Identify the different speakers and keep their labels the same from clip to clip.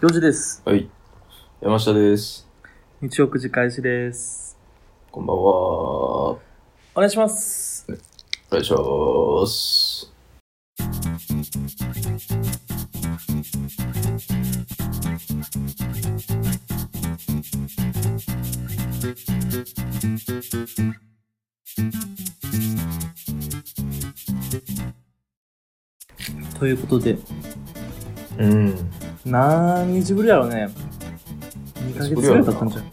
Speaker 1: 4時です。
Speaker 2: はい。山下です。
Speaker 1: 日曜9時開始です。
Speaker 2: こんばんは。お
Speaker 1: お願いします。
Speaker 2: 願いします。
Speaker 1: ということで、
Speaker 2: うん。
Speaker 1: 何日ぶりやろうね。2ヶ月ぐらい経ったんじゃん。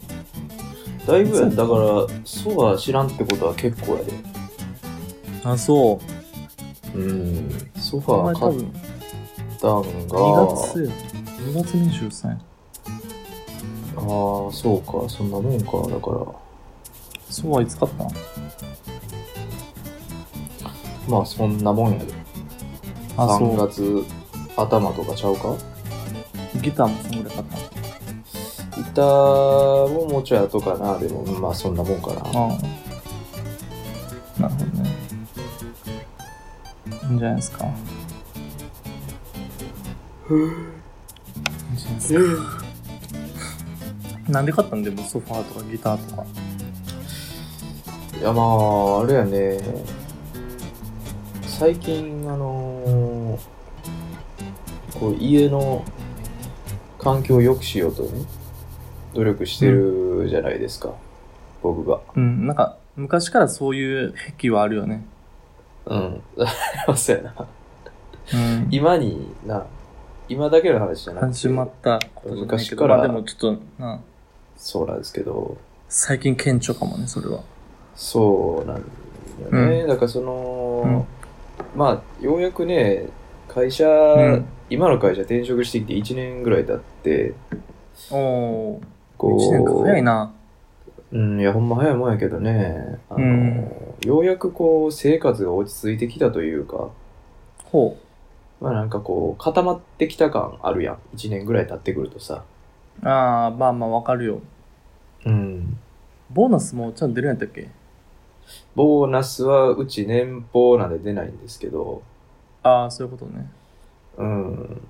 Speaker 2: だいぶや、だから、そうは知らんってことは結構やで。
Speaker 1: あ、そう。
Speaker 2: うん。ソフ
Speaker 1: お
Speaker 2: ァ
Speaker 1: 前
Speaker 2: ー
Speaker 1: 多
Speaker 2: 買っ
Speaker 1: 分
Speaker 2: たんが、
Speaker 1: 2月や。2月23や。
Speaker 2: ああ、そうか、そんなもんか、だから。
Speaker 1: そうはいつ買ったん
Speaker 2: まあ、そんなもんやで。
Speaker 1: あ、
Speaker 2: 3
Speaker 1: そ
Speaker 2: 月頭とかちゃうか
Speaker 1: う。ギターもそのぐらい買ったん
Speaker 2: ギターももうちょい後かな、でも、まあ、そんなもんかな。
Speaker 1: ああ。なるほどね。いいんじゃないですか。いいんじゃないですかなんで買ったんでもソファーとかギターとか。
Speaker 2: いやまああれやね最近あのーこう家の環境を良くしようとね努力してるじゃないですか、僕が
Speaker 1: うん、なんか、昔からそういう癖はあるよね。
Speaker 2: うん そうやな
Speaker 1: うん。
Speaker 2: 今にな今だけの話じゃなくて
Speaker 1: 始まったことじゃないけ
Speaker 2: 昔
Speaker 1: ど、
Speaker 2: から
Speaker 1: まあでもちょっと、な
Speaker 2: そうなんですけど
Speaker 1: 最近顕著かもね、それは。
Speaker 2: そうなんだよね、だからその、まあようやくね会社、
Speaker 1: うん。
Speaker 2: 今の会社転職してきて1年ぐらい経って
Speaker 1: おー、
Speaker 2: こう
Speaker 1: 一年か早いな。
Speaker 2: うん、いや、ほんま早いもんやけどね。あの、
Speaker 1: うん
Speaker 2: ようやくこう、生活が落ち着いてきたというか、
Speaker 1: ほ
Speaker 2: まあなんかこう、固まってきた感あるやん。一年ぐらい経ってくるとさ。
Speaker 1: う。ああ、まあまあわかるよ。
Speaker 2: うん。
Speaker 1: ボーナスもちゃんと出るんやったっけ
Speaker 2: ボーナスはうち年俸なんで出ないんですけど、
Speaker 1: ああ、そういうことね。
Speaker 2: うん。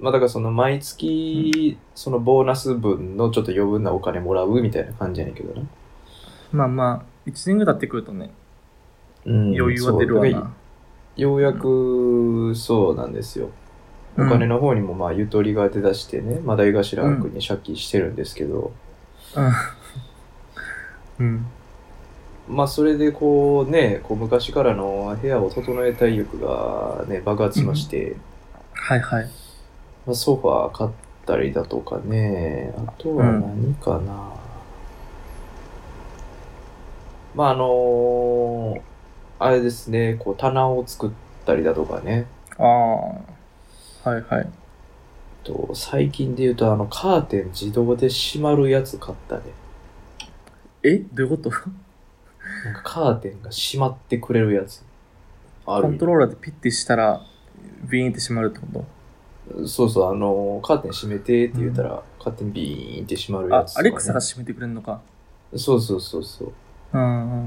Speaker 2: まあだからその毎月、そのボーナス分のちょっと余分なお金もらうみたいな感じやねんけどな。
Speaker 1: まあまあ、一年ぐらい経ってくるとね、
Speaker 2: うん
Speaker 1: 余裕は出るわ
Speaker 2: そうだから
Speaker 1: な。
Speaker 2: ようやく、そうなんですよ。お金
Speaker 1: の。
Speaker 2: の方にもまあゆとりが出だしてね、まだ井頭君に借金してるんですけど、
Speaker 1: うん。
Speaker 2: まあそれでこうね、こう昔からの部屋を整えたい欲がね、爆発しまして、
Speaker 1: はいはい。
Speaker 2: まあ、ソファー買ったりだとかね、あとは何かな。まああのーあれですね、こう棚を作ったりだとかね、
Speaker 1: ああ。はいはい。
Speaker 2: と最近で言うとあのカーテン自動で閉まるやつ買ったね。
Speaker 1: えどういうこと
Speaker 2: なんかカーテンが閉まってくれるやつ。あ
Speaker 1: コ
Speaker 2: る
Speaker 1: ントローラーでピッてしたら、ビーンって閉まるってこと
Speaker 2: そうそう、あの、カーテン閉めてって言ったら、カーテンビーンって閉まるや
Speaker 1: あ
Speaker 2: つ、と
Speaker 1: ア
Speaker 2: かね
Speaker 1: レクサが閉めてくれるのか。
Speaker 2: そうそうそうそう。
Speaker 1: うんうん。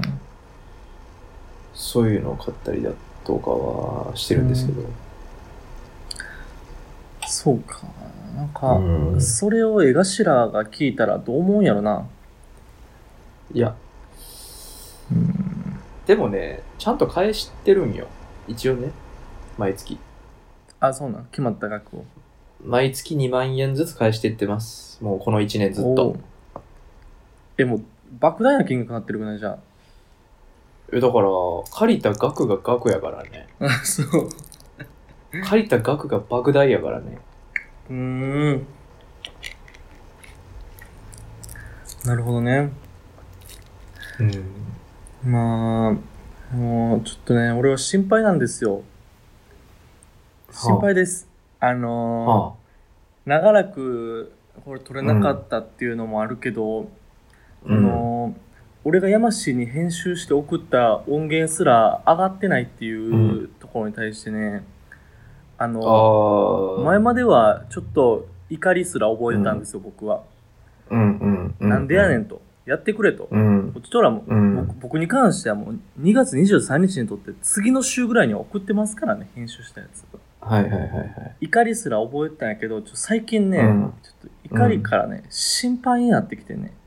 Speaker 2: そういうのを買ったりだとかはしてるんですけど。
Speaker 1: そうか。なん
Speaker 2: う
Speaker 1: か、
Speaker 2: ん
Speaker 1: それを江頭が聞いたらどう思うんやろな。
Speaker 2: いや、
Speaker 1: うん。
Speaker 2: でもね、ちゃんと返してるんよ。一応ね、毎月。
Speaker 1: あ、そうなん。決まった額を。
Speaker 2: 毎月2万円ずつ返していってます。もうこの1年ずっ
Speaker 1: お
Speaker 2: と
Speaker 1: う。。え、もう、莫大な金額になってるくないじゃ
Speaker 2: えだから、借りた額が額やからね。
Speaker 1: あ。そう。
Speaker 2: 借りた額が莫大やからね。
Speaker 1: うーん。なるほどね。
Speaker 2: うん。
Speaker 1: まあ、もう、ちょっとね、俺は心配なんですよ。心配です。あのー
Speaker 2: ああ。
Speaker 1: 長らくこれ撮れなかったっていうのもあるけど、
Speaker 2: うん
Speaker 1: あの俺が山氏に編集して送った音源すら上がってないっていううところに対してね、あの
Speaker 2: ああ。
Speaker 1: 前まではちょっと怒りすら覚えてたんですよ、僕は、
Speaker 2: うんうんう
Speaker 1: なんでやねんとやってくれと、
Speaker 2: うん
Speaker 1: こっちとらも、
Speaker 2: うん
Speaker 1: 僕僕に関してはもう2月23日にとって次の週ぐらいには送ってますからね編集したやつ
Speaker 2: はいはいはいはい。
Speaker 1: 怒りすら覚えてたんやけど、ちょ最近ね、
Speaker 2: うん
Speaker 1: ちょっと怒りからね、心配になってきてね。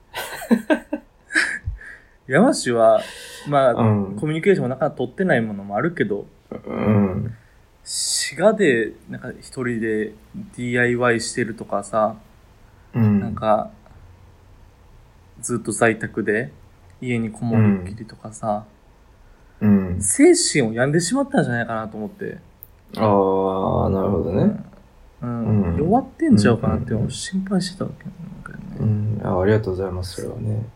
Speaker 1: 山氏は、まあ、
Speaker 2: うん。
Speaker 1: コミュニケーションもなかなか取ってないものもあるけど、
Speaker 2: うん。
Speaker 1: 滋賀で、なんか一人で DIY してるとかさ、
Speaker 2: うん。
Speaker 1: なんか、ずっと在宅で家にこもりっきりとかさ、
Speaker 2: うん。
Speaker 1: 精神を病んでしまったんじゃないかなと思って。
Speaker 2: ああ、なるほどね。
Speaker 1: うん。
Speaker 2: うん
Speaker 1: 弱ってんちゃうかなって
Speaker 2: うん
Speaker 1: 心配してたわけなんか
Speaker 2: う
Speaker 1: ね。
Speaker 2: ん。あありがとうございます、それはね。
Speaker 1: うん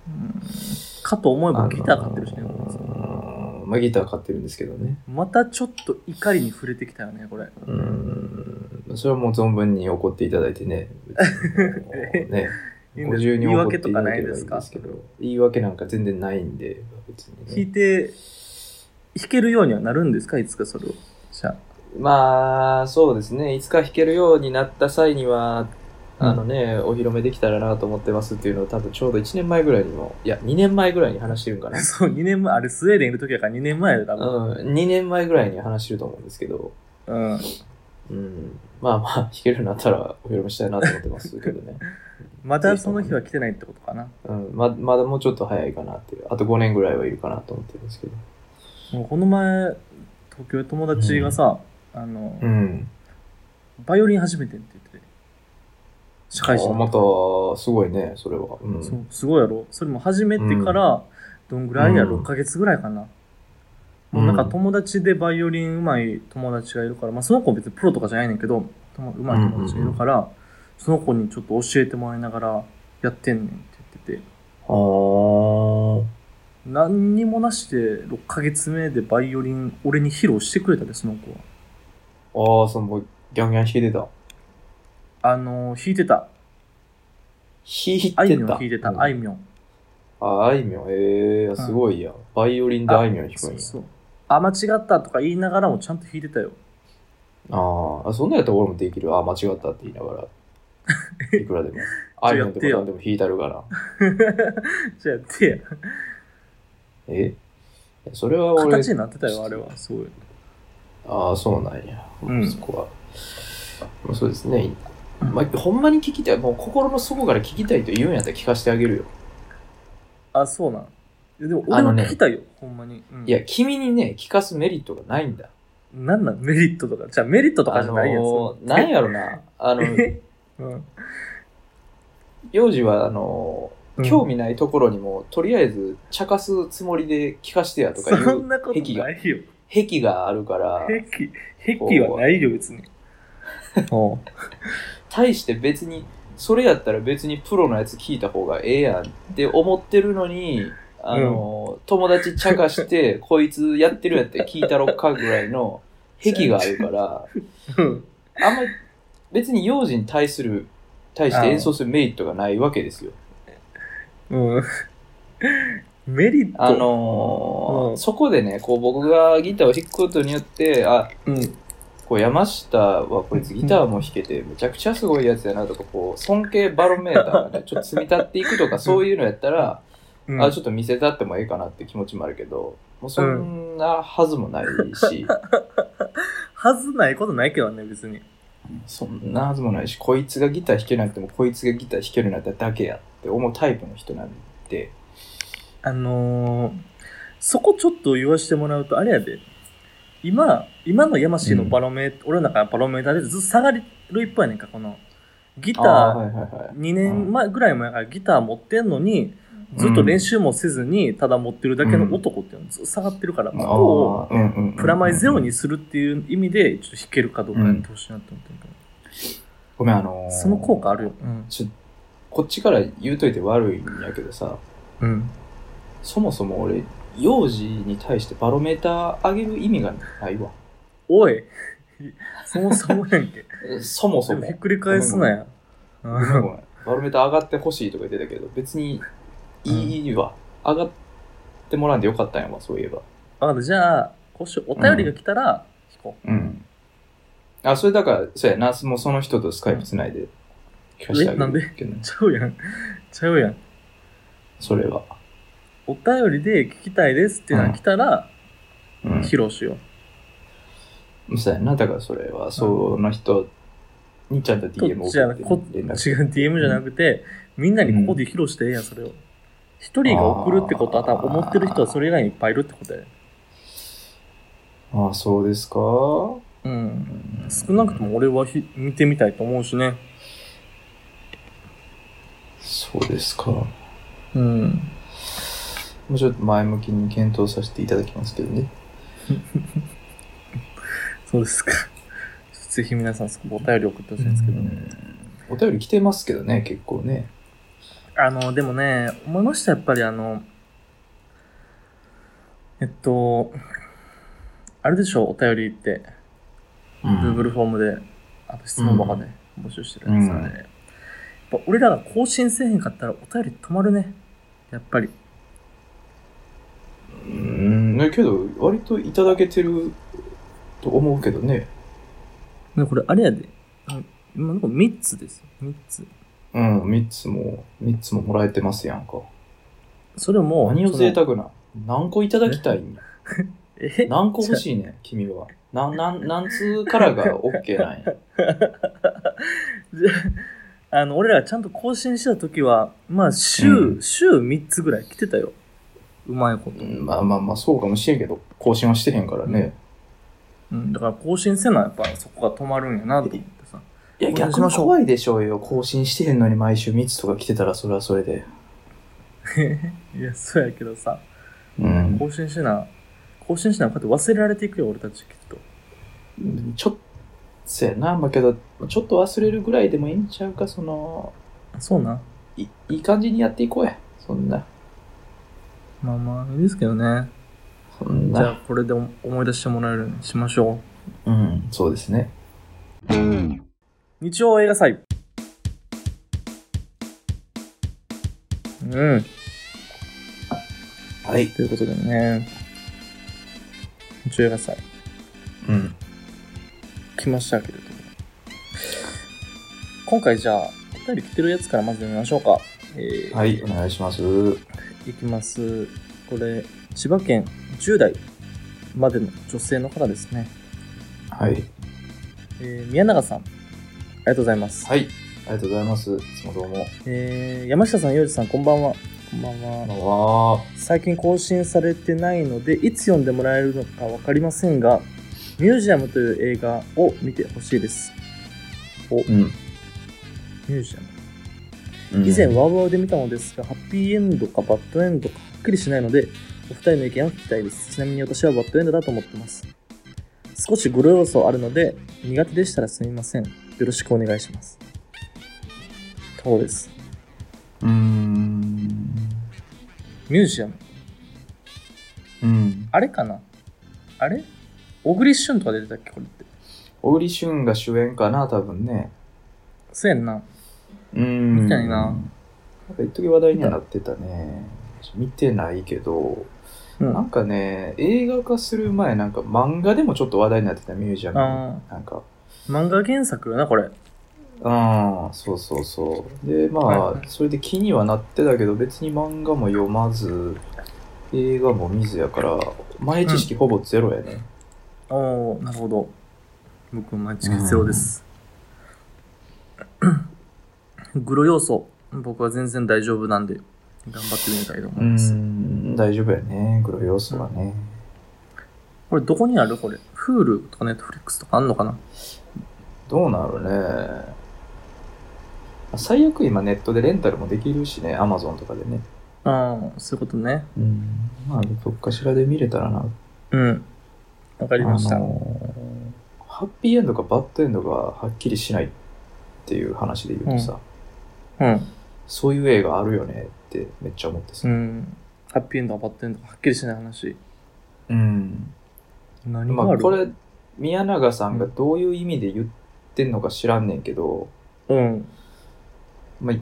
Speaker 1: かと思えばギター買ってるしね
Speaker 2: あ。のーまあ、ギター買ってるんですけどね。
Speaker 1: またちょっと怒りに触れてきたよね、これ。
Speaker 2: うん。それはもう存分に怒っていただい てね。別にね。
Speaker 1: いいん
Speaker 2: ご
Speaker 1: です
Speaker 2: 自由に
Speaker 1: 言い
Speaker 2: 怒っ
Speaker 1: 訳
Speaker 2: てい
Speaker 1: と
Speaker 2: た
Speaker 1: か
Speaker 2: だ
Speaker 1: な
Speaker 2: け
Speaker 1: い
Speaker 2: れば
Speaker 1: で
Speaker 2: いい
Speaker 1: す
Speaker 2: んで
Speaker 1: か
Speaker 2: すけど。言い訳なんか全然ないんで、別
Speaker 1: 弾
Speaker 2: に、
Speaker 1: い
Speaker 2: ね。
Speaker 1: て、弾けるようにはなるんですかいつかそれを。じゃあ。
Speaker 2: まあ、そうですね。いつか弾けるようになった際には、あのね、お披露目できたらなと思ってますっていうのを多分ちょうど1年前ぐらいにも、いや、2年前ぐらいに話してるんかな。
Speaker 1: そう、2年前、あれ スウェーデンいる時やから2年前だよ、多分。
Speaker 2: うん、2年前ぐらいに話してると思うんですけど、
Speaker 1: うん。
Speaker 2: うん、まあまあ、弾けるようになったらお披露目したいなと思ってますけどね。
Speaker 1: またその日は来てないってことかな。
Speaker 2: うん、ままだもうちょっと早いかなっていう。あと5年ぐらいはいるかなと思ってるんですけど。
Speaker 1: もうこの前、東京で友達がさ、あの、
Speaker 2: うん。
Speaker 1: バイオリン始めてんって言ってて。社会人
Speaker 2: あまた、すごいね、それは。うん。
Speaker 1: そう、すごいやろ。それも始めてから、どんぐらいやろ、
Speaker 2: うん
Speaker 1: ?6 ヶ月ぐらいかな。
Speaker 2: うん
Speaker 1: もうなんか友達でバイオリン上手い友達がいるから、まあその子別にプロとかじゃないねんけど、とも上手い友達がいるから、その子にちょっと教えてもらいながらやってんねんって言ってて、
Speaker 2: あー
Speaker 1: 何にもなしで6ヶ月目でバイオリン俺に披露してくれたで、その子は。
Speaker 2: あー、その、ギャンギャン弾いてた。弾
Speaker 1: あのー、弾いてた。
Speaker 2: いてた。
Speaker 1: あいみょん弾いてた、あい
Speaker 2: み
Speaker 1: みょん。
Speaker 2: ょん。ああいみょん。えー、すごいやん。バイオリンであいみょん弾く
Speaker 1: そ
Speaker 2: ん
Speaker 1: う
Speaker 2: や。
Speaker 1: そう。あ、間違ったとか言いながらもちゃんと弾いてたよ。
Speaker 2: あーあ、そんなんやったら俺もできる。ああ、間違ったって言いな がら。いくらでも。あいみょんとか何でも弾いたるから。
Speaker 1: じゃあやってや。
Speaker 2: えそれは俺
Speaker 1: 形、になってたよ、あれは。すごい。
Speaker 2: ああ、そうなんや。
Speaker 1: うん
Speaker 2: そこは。まあ、そうですね。まあ、ほんまに聞きたい。もう心の底から聞きたいと言うんやったら聞かせてあげるよ。
Speaker 1: あ、そうなん。いやでも、
Speaker 2: あ
Speaker 1: 俺
Speaker 2: の
Speaker 1: も
Speaker 2: ね
Speaker 1: 聞きたいよ、ほんまに。うん
Speaker 2: いや、、君にね、聞かすメリットがないんだ。
Speaker 1: なんなんメリットとか。じゃあ、メリットと
Speaker 2: あ
Speaker 1: かじゃないやつ。
Speaker 2: のー、なんやろな。あの、
Speaker 1: えうん。
Speaker 2: 幼児は、あの
Speaker 1: う
Speaker 2: ー、
Speaker 1: ん
Speaker 2: 興味ないところにも、とりあえず、茶化すつもりで聞かしてやとかい
Speaker 1: そん
Speaker 2: う
Speaker 1: なこと
Speaker 2: 癖が
Speaker 1: な、いよ。
Speaker 2: 癖があるから、
Speaker 1: 壁、壁はないよ、別に。おう
Speaker 2: 対して別に、それやったら別にプロのやつ聞いた方がええやんって思ってるのに、あの、友達茶化して、こいつやってるやったら聞いたろっかぐらい の癖があるから、
Speaker 1: うん
Speaker 2: あんまり別に幼児に対する、対して演奏するメリットがないわけですよ。
Speaker 1: うん。メリット。
Speaker 2: あのー
Speaker 1: うん
Speaker 2: そこでね、こう僕がギターを弾くことによって、あ、
Speaker 1: うん。
Speaker 2: こう山下はこいつギターも弾けてめちゃくちゃすごいやつやなとかこう尊敬バロメーターがねちょっと積み立っていくとかそういうのやったら、
Speaker 1: うん、
Speaker 2: あちょっと見せたってもええかなって気持ちもあるけどもうそんなはずもないし、
Speaker 1: はずないことないけどね、別に。
Speaker 2: そんなはずもないしこいつがギター弾けなくてもこいつがギター弾けるようになっただけやって思うタイプの人なんで
Speaker 1: あのー、そこちょっと言わしてもらうと、あれやで。今、今の山氏のバロメー、俺の中のバロメーターでずっと下がる一方やねんか、この。ギタ
Speaker 2: ああー
Speaker 1: ー
Speaker 2: はいはいはい
Speaker 1: 2年前ぐらい前からギター持ってんのに、ずっと練習もせずに、ただ持ってるだけの男っていうのずっと下がってるから、ここを
Speaker 2: あーうんうんうん
Speaker 1: プラマイゼロにするっていう意味で、ちょっと弾けるかどうかやってほしいなって思ってるけど、
Speaker 2: ごめんあのー
Speaker 1: その効果あるよ。うん。
Speaker 2: ちょこっちから言うといて悪いんやけどさ
Speaker 1: うん。
Speaker 2: そもそも俺、幼児に対してバロメーター上げる意味がないわ。
Speaker 1: おい そもそもやんけ。
Speaker 2: そも そ
Speaker 1: で
Speaker 2: も。
Speaker 1: も
Speaker 2: ご
Speaker 1: ひ
Speaker 2: め
Speaker 1: っくり返すなや。
Speaker 2: んごめんバロメーター上がってほしいとか言ってたけど、別にいいわ。上がってもらんでよかったんやわ、そういえば。
Speaker 1: わかった。じゃあ、今週お便りが来たら、聞こ
Speaker 2: うん。あ、それだから、そうやな、もうその人とスカイプつないで聞かせてあげる
Speaker 1: えなんで
Speaker 2: けどね
Speaker 1: う。ちゃうやん。 ちゃうやん。
Speaker 2: それは。
Speaker 1: お便りで聞きたいですっていうのが来たら、
Speaker 2: うん
Speaker 1: 披露しよ
Speaker 2: そうやな。だからそれは、その人にちゃんと
Speaker 1: と
Speaker 2: DM を
Speaker 1: じゃあ
Speaker 2: 送
Speaker 1: こ
Speaker 2: って
Speaker 1: 違う
Speaker 2: 連
Speaker 1: DM
Speaker 2: 絡
Speaker 1: じゃなくて、みんなにここで披露してええやん、それを。一人が送るってことは、
Speaker 2: あー
Speaker 1: 多分思ってる人はそれ以外にいっぱいいるってことや。
Speaker 2: ああ、そうですか
Speaker 1: うん。少なくとも俺はひ見てみたいと思うしね。
Speaker 2: そうですか。も
Speaker 1: うん。
Speaker 2: うちょっと前向きに検討させていただきますけどね。
Speaker 1: そうですか。 ぜひ皆さん、そこお便り送ってほしいんですけどね。
Speaker 2: お便り来てますけどね、結構ね。
Speaker 1: あの、でもね、思いました、やっぱりあの、えっと、あれでしょ、お便りって、
Speaker 2: う
Speaker 1: Google フォームで、あと質問ばかで募集してるんですよね。
Speaker 2: うん
Speaker 1: やっぱ俺らが更新せえへんかったらお便り止まるね。やっぱり。
Speaker 2: うん。ねけど、割といただけてると思うけどね。
Speaker 1: でこれあれやで。うん今のとこ3つですよ。3つ。
Speaker 2: うん、3つも、三つももらえてますやんか。
Speaker 1: それも、
Speaker 2: 何を
Speaker 1: その
Speaker 2: 贅沢な。何個いただきたいんや。
Speaker 1: え
Speaker 2: 何個欲しいねん、君は。なん、なん、何通からが OK なんや。
Speaker 1: じゃ ああの、俺らがちゃんと更新した時は、まあ、週、
Speaker 2: うん
Speaker 1: 週3つぐらい来てたよ。うまいこと
Speaker 2: う。んまあまあまあ、そうかもしれんけど、更新はしてへんからね。
Speaker 1: うん、だから更新せな、やっぱそこが止まるんやなと思ってさ。
Speaker 2: いや、
Speaker 1: 更新
Speaker 2: 逆
Speaker 1: しま
Speaker 2: に
Speaker 1: しょう
Speaker 2: 怖いでしょうよ。更新してへんのに毎週3つとか来てたら、それはそれで。
Speaker 1: いや、そうやけどさ、
Speaker 2: うん。
Speaker 1: 更新しな、更新しな、こうやって忘れられていくよ、俺たちきっと。
Speaker 2: ちょっと、せやな、まあけど、ちょっと忘れるぐらいでもいいんちゃうか、その、
Speaker 1: あそうな。
Speaker 2: いいい感じにやっていこうや。そんな、
Speaker 1: まあまあ、いいですけどね。
Speaker 2: そん
Speaker 1: じゃあ
Speaker 2: な。、
Speaker 1: これで思い出してもらえるようにしましょ
Speaker 2: うん、そうですね。
Speaker 1: う。日曜映画祭。うん。
Speaker 2: はい。
Speaker 1: ということでね、日曜映画祭、
Speaker 2: うん。
Speaker 1: 来ましたけれども。今回じゃあ、お便り来てるやつからまず見ましょうか。えー
Speaker 2: はい、お願いします。
Speaker 1: いきます。これ、千葉県10代までの女性の方ですね。
Speaker 2: はい。
Speaker 1: えー宮永さん、ありがとうございます。
Speaker 2: はい。ありがとうございます。いつもどうも。
Speaker 1: えー山下さん、洋治さん、こんばんは。こんばん
Speaker 2: こん
Speaker 1: は。
Speaker 2: ばんは。
Speaker 1: 最近更新されてないので、いつ読んでもらえるのかわかりませんが、ミュージアムという映画を見てほしいです。
Speaker 2: うん。
Speaker 1: ミュージアム。
Speaker 2: うん
Speaker 1: 以前、ワウワウで見たのですが、ハッピーエンドかバッドエンドかはっきりしないので、お二人の意見を聞きたいです。ちなみに私はバッドエンドだと思ってます。少しグロ要素あるので、苦手でしたらすみません。よろしくお願いします。そうです。
Speaker 2: うーん。
Speaker 1: ミュージアム。
Speaker 2: うん。
Speaker 1: あれかなあれ小栗旬とか出てたっけこれって。
Speaker 2: 小栗旬が主演かな、多分ね。
Speaker 1: そうやんな。
Speaker 2: うん
Speaker 1: みたいな。
Speaker 2: なんか一時話題にはなってたね。見てないけど、
Speaker 1: うん。
Speaker 2: なんかね、映画化する前、なんか漫画でもちょっと話題になってたミュージアム。
Speaker 1: あ
Speaker 2: なんか、
Speaker 1: 漫画原作よな、これ。
Speaker 2: うん、そうそうそう。で、まあ、
Speaker 1: はいはい
Speaker 2: それで気にはなってたけど、別に漫画も読まず、映画も見ずやから、前知識ほぼゼロやね。
Speaker 1: おー、なるほど。僕、マジ必要です。 グロ要素、僕は全然大丈夫なんで、頑張ってみたいと思
Speaker 2: う
Speaker 1: います。
Speaker 2: ん、大丈夫やね。黒要素はね。
Speaker 1: これ、どこにあるこれ。Hulu とか Netflix とかあんのかな
Speaker 2: どうなるね。最悪今ネットでレンタルもできるしね、アマゾンとかでね。
Speaker 1: ああ、そういうことね。
Speaker 2: うん。まあ、どっかしらで見れたらな。
Speaker 1: うん。わかりました。
Speaker 2: あのーハッピーエンドかバッドエンドがはっきりしないっていう話で言うとさ、
Speaker 1: うん。
Speaker 2: そういう映画あるよねってめっちゃ思ってさ。
Speaker 1: うん。ハッピーエンドかバッドエンドかはっきりしない話。
Speaker 2: うん。
Speaker 1: 何が
Speaker 2: ま
Speaker 1: あ
Speaker 2: あ、
Speaker 1: る
Speaker 2: これ、宮永さんがどういう意味で言ってんのか知らんねんけど、
Speaker 1: うん。
Speaker 2: まあ、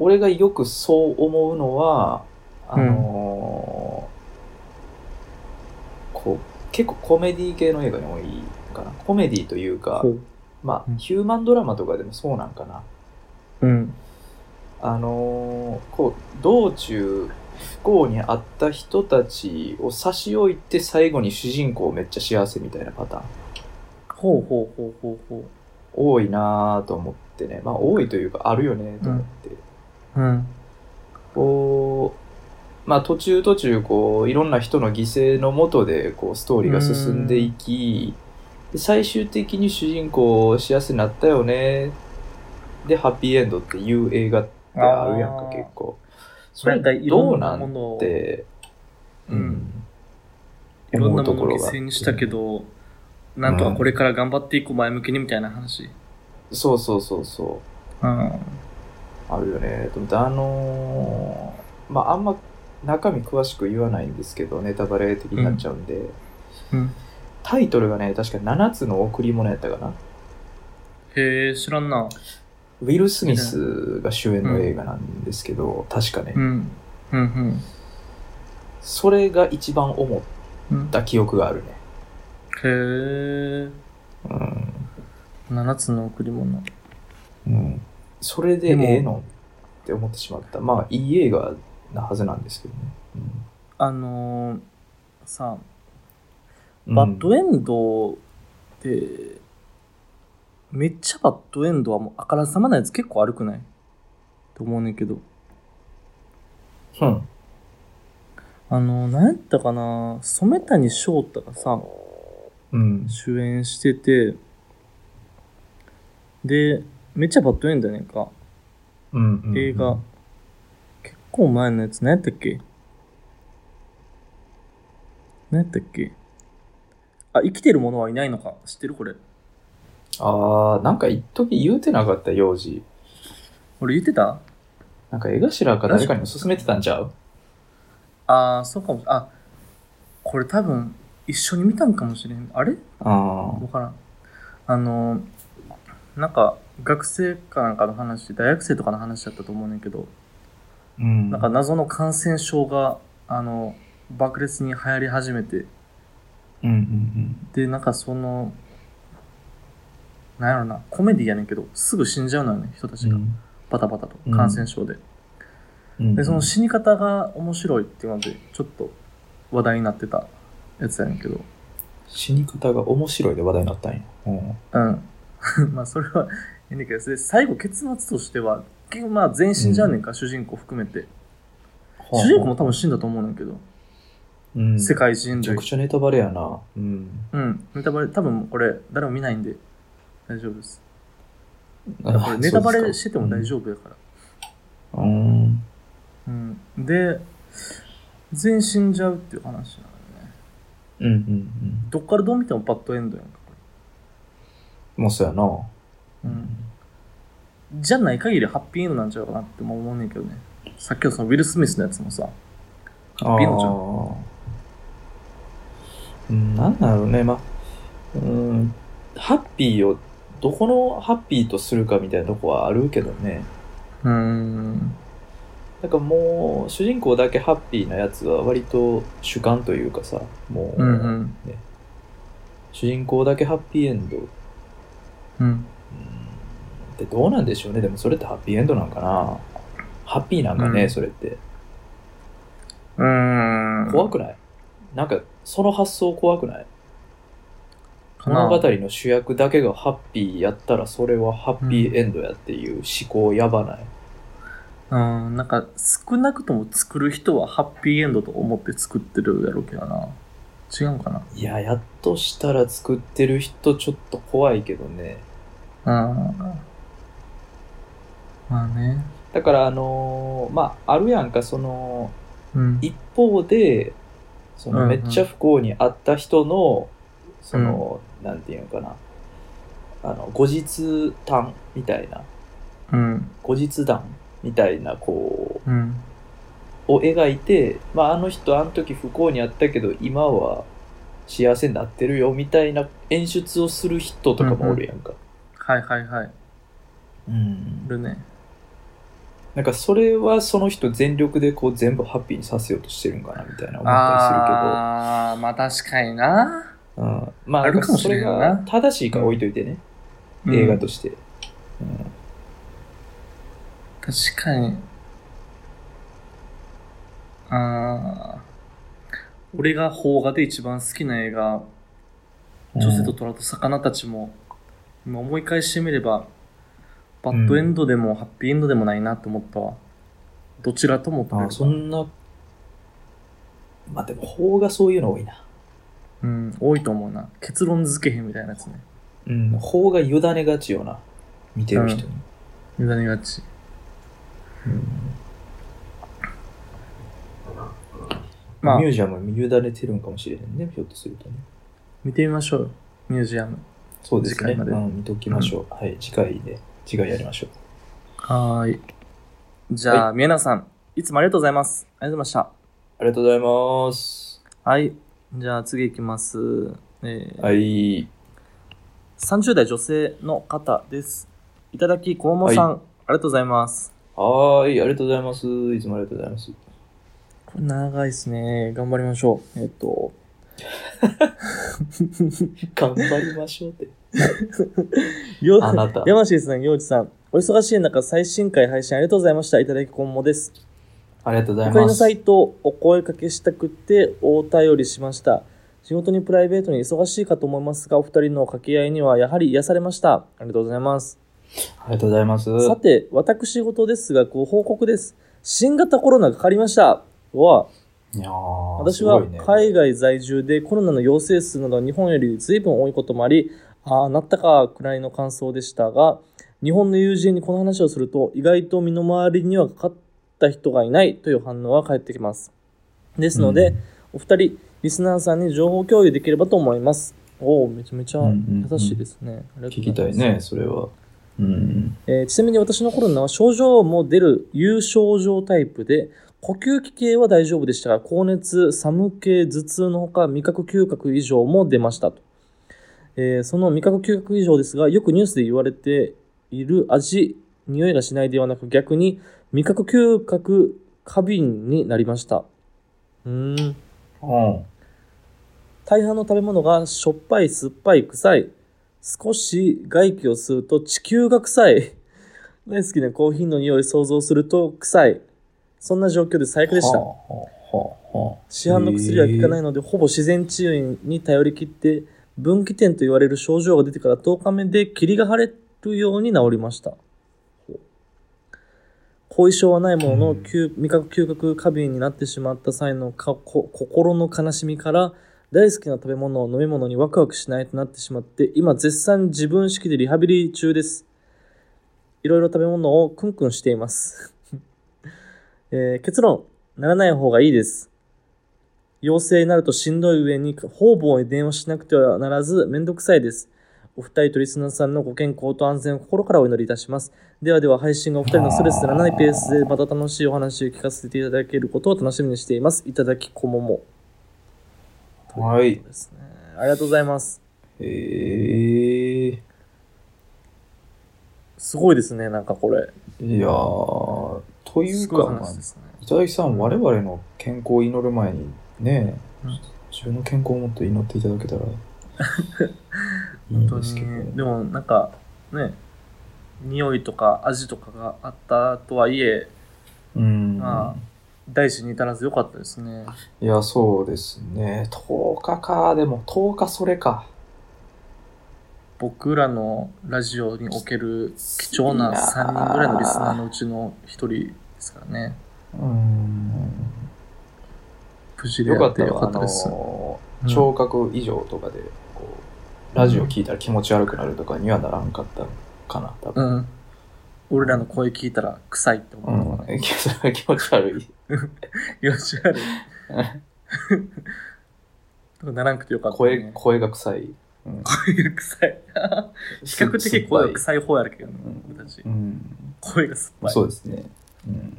Speaker 2: 俺がよくそう思うのは、あのーこう、結構コメディ系の映画に多いかな。コメディというか
Speaker 1: ほ、う
Speaker 2: ま
Speaker 1: うん
Speaker 2: あ、ヒューマンドラマとかでもそうなんかな。
Speaker 1: うん。
Speaker 2: あのーこう、道中、不幸にあった人たちを差し置いて最後に主人公めっちゃ幸せみたいなパターン。
Speaker 1: ほうほうほうほうほ
Speaker 2: 多いなぁと思ってね。まあ多いというかあるよねと思って。
Speaker 1: う。うん。
Speaker 2: こう、まあ途中途中こういろんな人の犠牲のもとでこうストーリーが進んでいき、で最終的に主人公幸せになったよね。で、ハッピーエンドっていう映画ってあるやんか
Speaker 1: あー
Speaker 2: 結構。そ
Speaker 1: な
Speaker 2: れ
Speaker 1: んかいろ
Speaker 2: どうんな
Speaker 1: なもの
Speaker 2: ん
Speaker 1: を、い
Speaker 2: て、
Speaker 1: うんろんなものを
Speaker 2: があっ
Speaker 1: 犠
Speaker 2: て
Speaker 1: 牲にしたけど、なんとかこれから頑張っていこう、前向きにみたいな話。
Speaker 2: そうそうそうそう。
Speaker 1: うん。
Speaker 2: あるよね。でも、あのーまあ、あんま中身詳しく言わないんですけど、ネタバレ的になっちゃうんで、
Speaker 1: うん、
Speaker 2: タイトルがね、確か7つの贈り物やったかな。
Speaker 1: へえ、知らんな。
Speaker 2: ウィル・スミスが主演の映画なんですけど、確かね、
Speaker 1: うん。うん
Speaker 2: それが一番思っ
Speaker 1: うん。うん、へ
Speaker 2: た記憶があるね。
Speaker 1: え、
Speaker 2: うん。
Speaker 1: 7つの贈り物。
Speaker 2: うん、それで
Speaker 1: でも
Speaker 2: ええのって思ってしまった。まあ、いい映画なはずなんですけどね。
Speaker 1: あのー、さ、
Speaker 2: うん
Speaker 1: バッドエンドって、めっちゃバッドエンドはもうあからさまなやつ結構悪くないと思うねんけど。
Speaker 2: うん。
Speaker 1: あのー、なんやったかな染谷翔太がさ、
Speaker 2: うん。
Speaker 1: 主演してて、で、めっちゃバッドエンドやねんか。
Speaker 2: うん。うん
Speaker 1: 映画。。結構前のやつ、何やったっけ何やったっけあ、生きてる者はいないのか。知ってるこれ。
Speaker 2: ああ、なんか一時言うてなかった、幼児。
Speaker 1: 俺言ってた
Speaker 2: なんか江頭か誰かにも勧めてたんちゃう
Speaker 1: ああ、そうかもしあ、これ多分、一緒に見たんかもしれん。あれ
Speaker 2: あ
Speaker 1: わからん。あのー、なんか、学生かなんかの話、大学生とかの話だったと思うねんけど、
Speaker 2: あ。うん。
Speaker 1: なんか謎の感染症が、あの、爆裂に流行り始めて、
Speaker 2: うんうん
Speaker 1: で、なんかその、なんやろな、コメディやねんけど、すぐ死んじゃうのよね、人たち
Speaker 2: う
Speaker 1: が。
Speaker 2: ん。
Speaker 1: バタバタと
Speaker 2: う、ん
Speaker 1: 感染症で。
Speaker 2: うん。
Speaker 1: で、その死に方が面白いっていうので、ちょっと話題になってたやつやねんけど、
Speaker 2: 死に方が面白いで話題になったんや。うん。
Speaker 1: うん。 まあ、それは、いいんだけど、で最後、結末としては、結局まあ、全員死んじゃうねんか、主人公含めて。主人公も多分死んだと思うねんけど、
Speaker 2: 分
Speaker 1: 世。界人
Speaker 2: めちゃ
Speaker 1: 類
Speaker 2: く。ちゃネタバレやな。うん。
Speaker 1: うん、ネタバレ、多分これ、誰も見ないんで、大丈夫です。こ
Speaker 2: あ
Speaker 1: れネタバ
Speaker 2: そう
Speaker 1: レ
Speaker 2: ですか
Speaker 1: してても大丈夫だから。
Speaker 2: うん。
Speaker 1: うん、で全員死んじゃうっていう話なのね
Speaker 2: うんうんうん。
Speaker 1: どっからどう見てもバッドエンドやんかこ
Speaker 2: もうそうやな。
Speaker 1: れ、うん、じゃない限りハッピーエンドなんちゃうかなっても思うねんけどねさっきのそのウィル・スミスのやつもさ
Speaker 2: あ
Speaker 1: ピノちゃん
Speaker 2: あーうん。なんだろうね。まあ、うん。ハッピーを、どこのハッピーとするかみたいなとこはあるけどね。
Speaker 1: うーん
Speaker 2: なんかもう、主人公だけハッピーなやつは割と主観というかさ、もう、
Speaker 1: うんうん
Speaker 2: 主人公だけハッピーエンドっ
Speaker 1: うん
Speaker 2: てどうなんでしょうね。でもそれってハッピーエンドなんかなハッピーなんかね、
Speaker 1: うん
Speaker 2: それって。
Speaker 1: うーん
Speaker 2: 怖くないなんか、その発想怖くない
Speaker 1: かな
Speaker 2: 物語の主役だけがハッピーやったらそれはハッピーエンドやっていう思考やばない。
Speaker 1: うんなんか少なくとも作る人はハッピーエンドと思って作ってるやろうけどな違うんかない
Speaker 2: や、やっとしたら作ってる人ちょっと怖いけどね。
Speaker 1: うんまあね
Speaker 2: だからあのーまあ、あるやんか、その、
Speaker 1: うん
Speaker 2: 一方でそ
Speaker 1: うんう
Speaker 2: の
Speaker 1: ん
Speaker 2: めっちゃ不幸にあった人の、その、なんていうのかなあの後日談みたいな
Speaker 1: うん
Speaker 2: 後日談みたいなこ
Speaker 1: うん
Speaker 2: うを描いて、まあ、あの人あの時不幸にあったけど今は幸せになってるよみたいな演出をする人とかもおるやんか。
Speaker 1: はいはいはいいるね
Speaker 2: なんかそれはその人全力でこう全部ハッピーにさせようとしてるんかなみたいな思ったりするけど。
Speaker 1: ああーまあ確かにな、
Speaker 2: うんまあ、
Speaker 1: あるかもし
Speaker 2: それ
Speaker 1: れんよな
Speaker 2: が正しいか置いといてね、映画として。
Speaker 1: うん確かにああ俺が邦画で一番好きな映画女性と虎と魚たちも、今思い返してみれば、バッドエンドでもハッピーエンドでもないなと思ったわ。どちらとも取れ
Speaker 2: あ
Speaker 1: る
Speaker 2: そんな、まあでも、法がそういうの多いな。
Speaker 1: うん、多いと思うな。結論付けへんみたいなやつね。
Speaker 2: うん、法が委ねがちよな。見てる人に。
Speaker 1: 委ねがち。まあ
Speaker 2: ミュ、ージアムに委ねてるんかもしれへんね、ひょっとするとね。
Speaker 1: 見てみましょうよ。ミュージアム。
Speaker 2: そうですね。
Speaker 1: 次回まで
Speaker 2: うん、見ときましょう。はい、次回で、次回やりましょう。
Speaker 1: はーい。じゃあ、宮永さん、いつもありがとうございます。ありがとうございま
Speaker 2: ありがとうございます。
Speaker 1: した。はい。じゃあ、次行きます。えー
Speaker 2: はい。
Speaker 1: 30代女性の方です。いただき、こもさん、ありがとうございます。
Speaker 2: はーい、ありがとうございます。いつもありがとうございます。
Speaker 1: これ長いですね。頑張りましょう。えっと、
Speaker 2: 頑張りましょうって。
Speaker 1: よ
Speaker 2: あなた
Speaker 1: 山下さん、陽一さん、お忙しい中、最新回配信ありがとうございました。いただき、こもです。
Speaker 2: ありがとうござい
Speaker 1: ゆ
Speaker 2: ます。
Speaker 1: かりのサイトをお声掛けしたくてお便りしました。仕事にプライベートに忙しいかと思いますが、お二人の掛け合いにはやはり癒されました。ありがとうございます。
Speaker 2: ありがとうございます。
Speaker 1: さて、私事ですが、ご報告です。新型コロナがかかりました。は、
Speaker 2: いやー
Speaker 1: 私
Speaker 2: すご
Speaker 1: はい
Speaker 2: ね
Speaker 1: 海外在住でコロナの陽性数など日本より随分多いこともあり、ああ、なったかくらいの感想でしたが、日本の友人にこの話をすると、意外と身の回りにはかかった人がいないという反応が返ってきます。ですので、、お二人、リスナーさんに情報共有できればと思います。おお、めちゃめちゃ
Speaker 2: うんうんうん
Speaker 1: 優しいですね。ありがとうございま
Speaker 2: うん
Speaker 1: す
Speaker 2: 聞きたいね、それは。うん。
Speaker 1: えーちなみに私のコロナは症状も出る有症状タイプで、呼吸器系は大丈夫でしたが、高熱、寒気、頭痛のほか、味覚嗅覚異常も出ましたと。えーその味覚嗅覚異常ですが、よくニュースで言われている味、匂いがしないではなく、逆に味覚嗅覚過敏になりました。うーん。
Speaker 2: うん。
Speaker 1: 大半の食べ物がしょっぱい、酸っぱい、臭い。少し外気を吸うと地球が臭い。 大好きなコーヒーの匂いを想像すると臭い。そんな状況で最悪でし
Speaker 2: は
Speaker 1: た。
Speaker 2: あはあはあ
Speaker 1: 市販の薬は効かない
Speaker 2: へ
Speaker 1: ので、ほぼ自然治癒に頼り切って、分岐点と言われる症状が出てから10日目で霧が晴れるように治りました。後遺症はないものの、
Speaker 2: うん
Speaker 1: 嗅味覚嗅覚過敏になってしまった際のかこ心の悲しみから、大好きな食べ物、飲み物にワクワクしないとなってしまって、今絶賛自分式でリハビリ中です。いろいろ食べ物をクンクンしています。 えー結論、ならない方がいいです。陽性になるとしんどい上に方々に電話しなくてはならずめんどくさいです。お二人とリスナーさんのご健康と安全を心からお祈りいたします。ではでは配信がお二人のストレスならないペースでまた楽しいお話を聞かせていただけることを楽しみにしています。いただきこもも。
Speaker 2: はい
Speaker 1: とうことですね。ありがとうございます。
Speaker 2: え。へえ。
Speaker 1: すごいですね、なんかこれ。
Speaker 2: いやー、という
Speaker 1: すごい
Speaker 2: か、まあ
Speaker 1: 話ですね。
Speaker 2: 北崎さん、我々の健康を祈る前にね、
Speaker 1: うん
Speaker 2: 自分の健康をもっと祈っていただけたらいいん
Speaker 1: 本当
Speaker 2: ですけど、
Speaker 1: に。でもなんかね、匂いとか味とかがあったとはいえ、
Speaker 2: うん、
Speaker 1: ま大事に至らず良かったですね。
Speaker 2: いや、そうですね。10日か、でも10日それか。
Speaker 1: 僕らのラジオにおける貴重ない
Speaker 2: や
Speaker 1: 3
Speaker 2: ー
Speaker 1: 人ぐらいのリスナーのうちの1人ですからね。
Speaker 2: うん。
Speaker 1: 無事で
Speaker 2: よか
Speaker 1: やっ
Speaker 2: ってた
Speaker 1: よ
Speaker 2: よ、
Speaker 1: か
Speaker 2: あ
Speaker 1: ったです。
Speaker 2: の
Speaker 1: うん
Speaker 2: ー、聴覚異常とかで、こう、ラジオ聞いたら気持ち悪くなるとかにはならんかったかな、多
Speaker 1: う
Speaker 2: 分。
Speaker 1: ん。俺らの声聞いたら臭いって
Speaker 2: う
Speaker 1: 思
Speaker 2: ん
Speaker 1: うと。か
Speaker 2: え
Speaker 1: ね。
Speaker 2: 気持 ち悪い。
Speaker 1: よしある。とかならんくてよかった、
Speaker 2: 声
Speaker 1: ね。
Speaker 2: 声が臭い。うん
Speaker 1: 声が臭 い。比較的声が臭い方やるけどね、僕たち
Speaker 2: う。ん
Speaker 1: 声が酸っぱい。
Speaker 2: そうですね。うん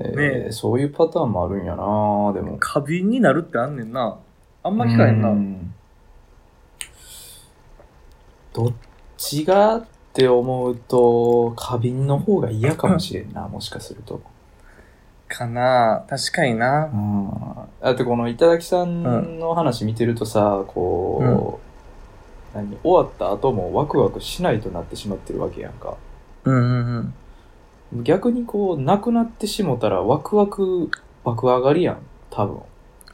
Speaker 2: え
Speaker 1: ねえ
Speaker 2: ーそういうパターンもあるんやなでも。
Speaker 1: 過敏になるってあんねんな。あんま聞かへんな。
Speaker 2: うんどっちがって思うと、花瓶の方が嫌かもしれんな、もしかすると。
Speaker 1: かな確かにな
Speaker 2: う。ん。だってこの板垣さんの話見てるとさ、こう、何終わった後もワクワクしないとなってしまってるわけやんか。
Speaker 1: うんうんうん。
Speaker 2: 逆にこう、なくなってしもたらワクワク爆上がりやん、多分。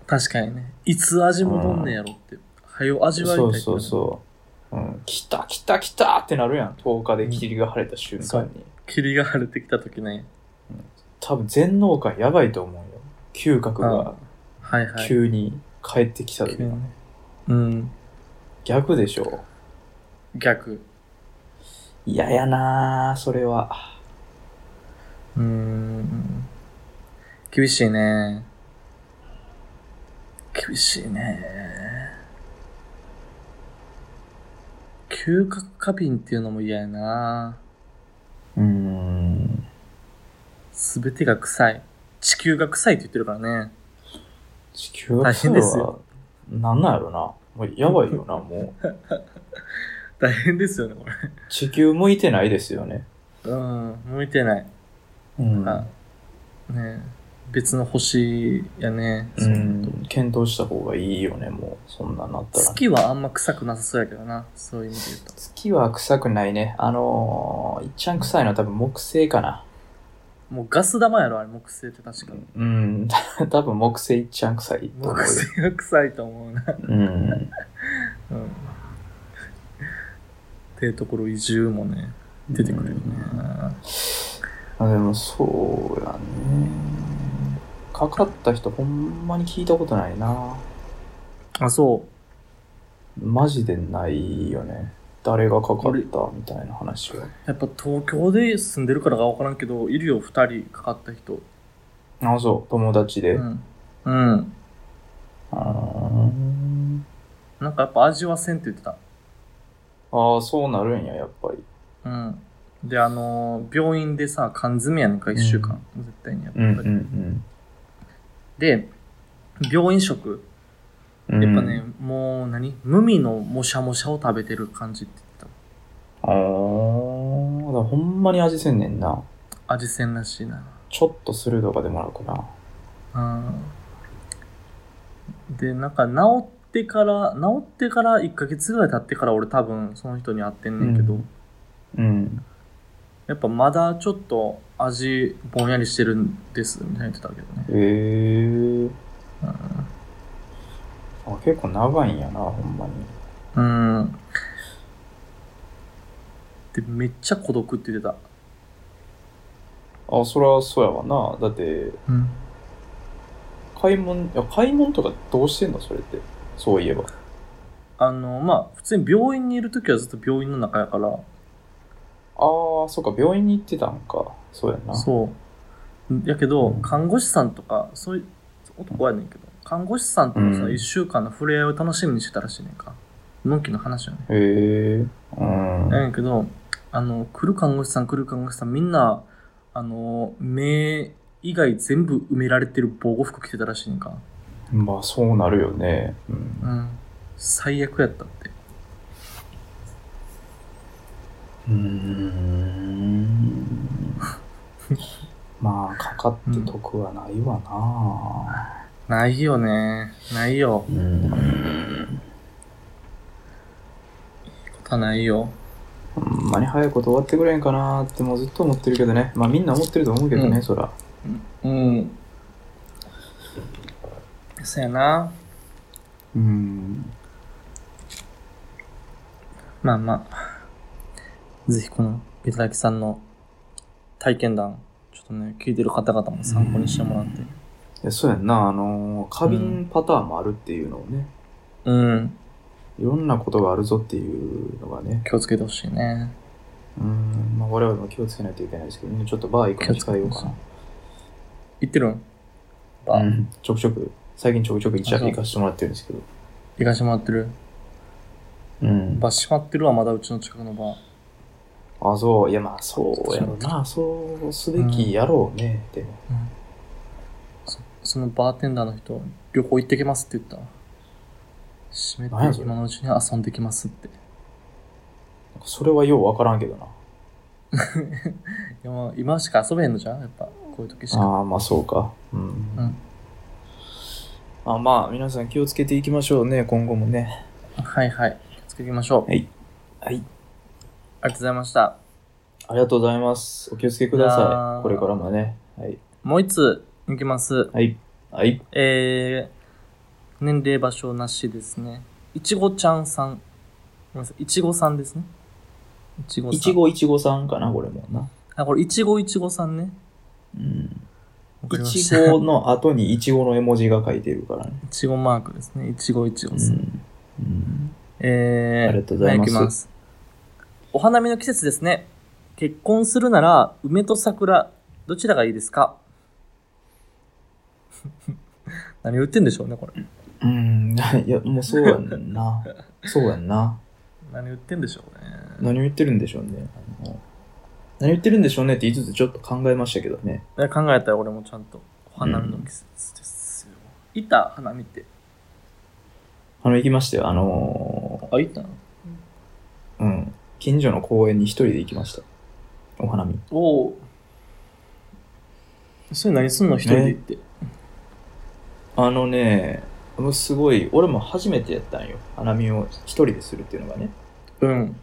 Speaker 1: 確かにね。いつ味戻んねやろって。はよ味わいたいっ
Speaker 2: そう
Speaker 1: てなる
Speaker 2: そうそう。うん、来た来た来たってなるやん。10日で霧が晴れた瞬間に。
Speaker 1: 霧が晴れてきた時ね。
Speaker 2: 多分全能感やばいと思うよ。嗅覚が
Speaker 1: はいはい。
Speaker 2: 急に帰ってきた時、
Speaker 1: 急にねうん。
Speaker 2: 逆でしょ。
Speaker 1: 逆。
Speaker 2: 嫌ややなぁ、それは。
Speaker 1: うーん。厳しいね。厳しいね。嗅覚過敏っていうのも嫌やな。
Speaker 2: うーん。
Speaker 1: すべてが臭い。地球が臭いって言ってるからね。
Speaker 2: 地球が
Speaker 1: 大変ですよ
Speaker 2: なんなんやろな。もうやばいよな、もう。
Speaker 1: 大変ですよね、これ。
Speaker 2: 地球向いてないですよね。
Speaker 1: うん、向いてない。
Speaker 2: うん。
Speaker 1: あね別の星やね。
Speaker 2: う
Speaker 1: そうなると
Speaker 2: ん、検討した方がいいよね、もう。そんなんなったら。
Speaker 1: 月はあんま臭くなさそうやけどな。そういう意味で言うと。
Speaker 2: 月は臭くないね。あのー、いっちゃん臭いのは多分木星かな。
Speaker 1: もうガス玉やろ、あれ、木星って確か。
Speaker 2: うん、 多分木星いっちゃん臭いと思う
Speaker 1: 木
Speaker 2: よ。
Speaker 1: 星が臭いと思うな。
Speaker 2: うん。
Speaker 1: うん。っていうところ移住もね、出てくるよね。
Speaker 2: あでもそうやね。かかった人ほんまに聞いたことないな。
Speaker 1: あ、そ
Speaker 2: マジでないよね。誰がかかったみたいな話は
Speaker 1: う。。やっぱ東京で住んでるからかわからんけど、いるよ、二人かかった人。
Speaker 2: あ、そう、友達で。
Speaker 1: う。
Speaker 2: うん
Speaker 1: うん。
Speaker 2: ーん、
Speaker 1: なんかやっぱ味はせんって言ってた。
Speaker 2: ああ、そうなるんや、やっぱり。
Speaker 1: うん。で、あのー病院でさ、缶詰やねんか、一週間。絶対にやっぱり。
Speaker 2: ん
Speaker 1: で、病院食。
Speaker 2: うん
Speaker 1: やっぱね、。もう何無味のもしゃもしゃを食べてる感じって言って
Speaker 2: ああ、だからほんまに味せんねんな。
Speaker 1: た。味せんらしいな。
Speaker 2: ちょっとするとかでもらうかな。
Speaker 1: うん。で、なんか治ってから、治ってから1ヶ月ぐらい経ってから俺多分その人に会ってんねんけど、
Speaker 2: うんうん。
Speaker 1: やっぱまだちょっと味ぼんやりしてるんですみたいな言ってたけどね。
Speaker 2: ええー。
Speaker 1: うん
Speaker 2: あ結構長いんやな、ほんまに。
Speaker 1: うん。で、めっちゃ孤独って言ってた。
Speaker 2: あ、そりゃそうやわな。だって、
Speaker 1: うん。
Speaker 2: 買い物、いや、買い物とかどうしてんのそれって。そういえば。
Speaker 1: あの、まあ、普通に病院にいるときはずっと病院の中やから、
Speaker 2: ああ、そっか、病院に行ってたんか。そうやな。
Speaker 1: そう。やけど、
Speaker 2: うん
Speaker 1: 看護師さんとか、そういう、男やねんけど、看護師さんとのその
Speaker 2: うん
Speaker 1: 1週間の触れ合いを楽しみにしてたらしいねんか。のんきの話よね。
Speaker 2: へえー。うん。
Speaker 1: やねんけど、あの、来る看護師さん来る看護師さん、みんな、あの、目以外全部埋められてる防護服着てたらしいねんか。
Speaker 2: まあそうなるよね。うん。
Speaker 1: うん。最悪やったって。
Speaker 2: うーん。まあかかって得はないわな。
Speaker 1: ないよね。ないよ。
Speaker 2: うん。
Speaker 1: ことはないよ。
Speaker 2: ほんまに早いこと終わってくれんかなーってもうずっと思ってるけどね。まあみんな思ってると思うけどね、
Speaker 1: うん
Speaker 2: そら。
Speaker 1: うん。そやな。
Speaker 2: うん。
Speaker 1: まあまあ、ぜひこの、ビトラキさんの体験談、ちょっとね、聞いてる方々も参考にしてもらって。
Speaker 2: いやそうやんな、あのー、過敏パターンもあるっていうのをね、
Speaker 1: うん、
Speaker 2: いろんなことがあるぞっていうのがね、
Speaker 1: 気をつけてほしいね。
Speaker 2: うん、まあ我々も気をつけないといけないですけどね、ちょっとバー行くの控えようか
Speaker 1: 行ってるん
Speaker 2: な。
Speaker 1: バー、
Speaker 2: うんちょくちょく、最近ちょくちょく行っちゃ
Speaker 1: あそう
Speaker 2: 行かせてもらってるんですけど。
Speaker 1: 行かしてもらってる
Speaker 2: うん。
Speaker 1: バー閉まってるわ、まだうちの近くのバー。
Speaker 2: あ、そう、いやまあそうやろな、そうすべきやろうね、でも。
Speaker 1: そそのバーテンダーの人、旅行行ってきますって言ったわ。閉
Speaker 2: 何
Speaker 1: め
Speaker 2: や
Speaker 1: て
Speaker 2: それ
Speaker 1: 今のうちに遊んできますって。
Speaker 2: なんかそれはようわからんけどな。
Speaker 1: いやまあ今しか遊べへんのじゃんやっぱ、こういう時しか。
Speaker 2: ああ、まあそうか。うん。
Speaker 1: うん
Speaker 2: あまあ皆さん気をつけていきましょうね、今後もね。
Speaker 1: はいはい。気をつけていきましょう。あり
Speaker 2: はい。
Speaker 1: がとうございました。
Speaker 2: ありがとうございます。お気をつけくだ
Speaker 1: いや
Speaker 2: さ
Speaker 1: ー
Speaker 2: い。これからもね。はい。
Speaker 1: もう一つ、行きます。
Speaker 2: はい。はい。
Speaker 1: えー、年齢場所なしですね。いちごちゃんさん。ごめんなさい。いちごさんですね。いちごさん。
Speaker 2: いち。ごいちごさんかな、これもな。
Speaker 1: あ、これ、いちごいちごさんね。
Speaker 2: うん。
Speaker 1: わかりま
Speaker 2: い
Speaker 1: し
Speaker 2: ち
Speaker 1: た
Speaker 2: ごの後にいちごの絵文字が書いてるからね。
Speaker 1: いちごマークですね。いちごいち
Speaker 2: う
Speaker 1: ごさん。
Speaker 2: ん。うん
Speaker 1: えー、
Speaker 2: ありがとうございます
Speaker 1: は行きお花見の季節ですね。結婚するなら、梅と桜、どちらがいいですか 何を言ってんでしょうね、これ。
Speaker 2: うん。いや、もうそうやんな。 そうやんな。
Speaker 1: 何を言ってんでしょうね。
Speaker 2: 何を言ってるんでしょうね。あの何を言ってるんでしょうねって言いつつちょっと考えましたけどね。
Speaker 1: いや考えたら俺もちゃんと、お花見の季節ですよ。いた花見って。
Speaker 2: あの、行きましたよ。あの
Speaker 1: あ、いたの
Speaker 2: ーうん。近所の公園に一人で行きました。お花見。
Speaker 1: おお。それ何すんの一人で行って。
Speaker 2: あのね、もうすごい、俺も初めてやったんよ。花見を一人でするっていうのがね。
Speaker 1: うん。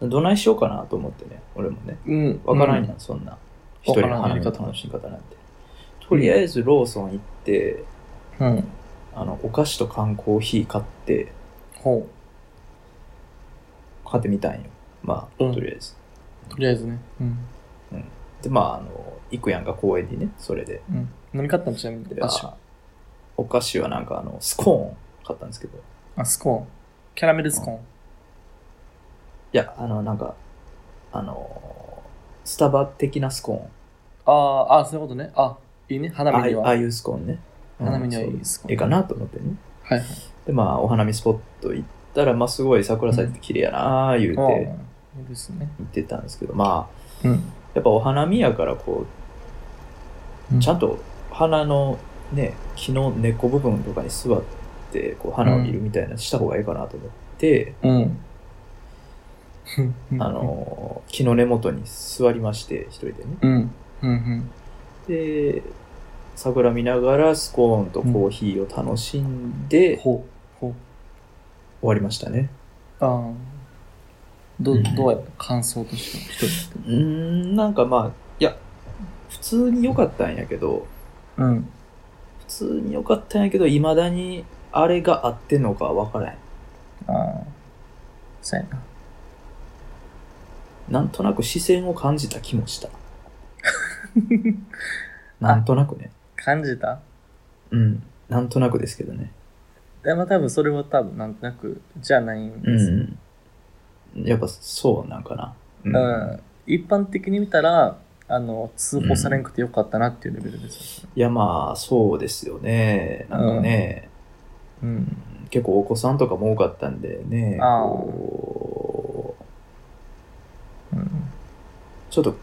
Speaker 2: どないしようかなと思ってね、俺もね。
Speaker 1: うん。
Speaker 2: わからん
Speaker 1: う
Speaker 2: やん、そんな。一人の花見の楽しみ方なんて。と
Speaker 1: ん
Speaker 2: りあえずローソン行って、
Speaker 1: うん。
Speaker 2: あの、お菓子と缶コーヒー買って、
Speaker 1: ほ
Speaker 2: 買ってみたんよ。まあ、
Speaker 1: うん
Speaker 2: とりあえず。
Speaker 1: う。とりあえずね。うん。
Speaker 2: で、まあ、あの、行くやんか、公園にね、それで。
Speaker 1: うん。何買ったのちなみに
Speaker 2: で。あお菓子はなんか、あの、スコーン買ったんですけど。い
Speaker 1: あ、スコーン。キャラメルスコーン。
Speaker 2: や、あの、なんか、あの、スタバ的なスコーン。
Speaker 1: ああ、あそういうことね。あ、いいね。花
Speaker 2: ああ
Speaker 1: 見
Speaker 2: い
Speaker 1: に
Speaker 2: う
Speaker 1: は。
Speaker 2: ああ
Speaker 1: はい
Speaker 2: いうスコーンね。うん
Speaker 1: 花見にはいい
Speaker 2: そう
Speaker 1: スコーン
Speaker 2: ええかなと思ってね。
Speaker 1: はい。
Speaker 2: で、まあ、お花見スポット行ったら、まあ、すごい桜咲いて綺麗やなあ言うて、
Speaker 1: あ
Speaker 2: 行
Speaker 1: あいいですね。
Speaker 2: ってたんですけど、まあ、
Speaker 1: うん。
Speaker 2: やっぱお花見やから、こう、ちゃんと花のね、木の根っこ部分とかに座って、こう、花を見るみたいなした方がいいかなと思って、
Speaker 1: うん。
Speaker 2: あ、の、木の根元に座りまして、一人でね。
Speaker 1: うん。うん。うん。
Speaker 2: で、桜見ながらスコーンとコーヒーを楽しんで終
Speaker 1: ほう。ほう。
Speaker 2: わりましたね。
Speaker 1: ああ。ど
Speaker 2: う
Speaker 1: う、
Speaker 2: ん
Speaker 1: どうやった感想としては一人で。
Speaker 2: うーん、なんかまあ、いや、普通に良かったんやけど、
Speaker 1: うん。
Speaker 2: 普通に良かったんやけど、未だにあれが合ってんのかわからん。
Speaker 1: ああ。そうやな。
Speaker 2: なんとなく視線を感じた気もした。なんとなくね。
Speaker 1: 感じた
Speaker 2: うん。なんとなくですけどね。
Speaker 1: でも多分それは多分なんとなくじゃないんですよ
Speaker 2: うん。やっぱそうなんかな。う
Speaker 1: うん、一般的に見たらあの通報されんくてよかったなっていうレベルですよ、
Speaker 2: いやまあそうですよね。なんかね、
Speaker 1: うん
Speaker 2: 結構お子さんとかも多かったんでね、
Speaker 1: あー
Speaker 2: こ
Speaker 1: うん
Speaker 2: うちょっと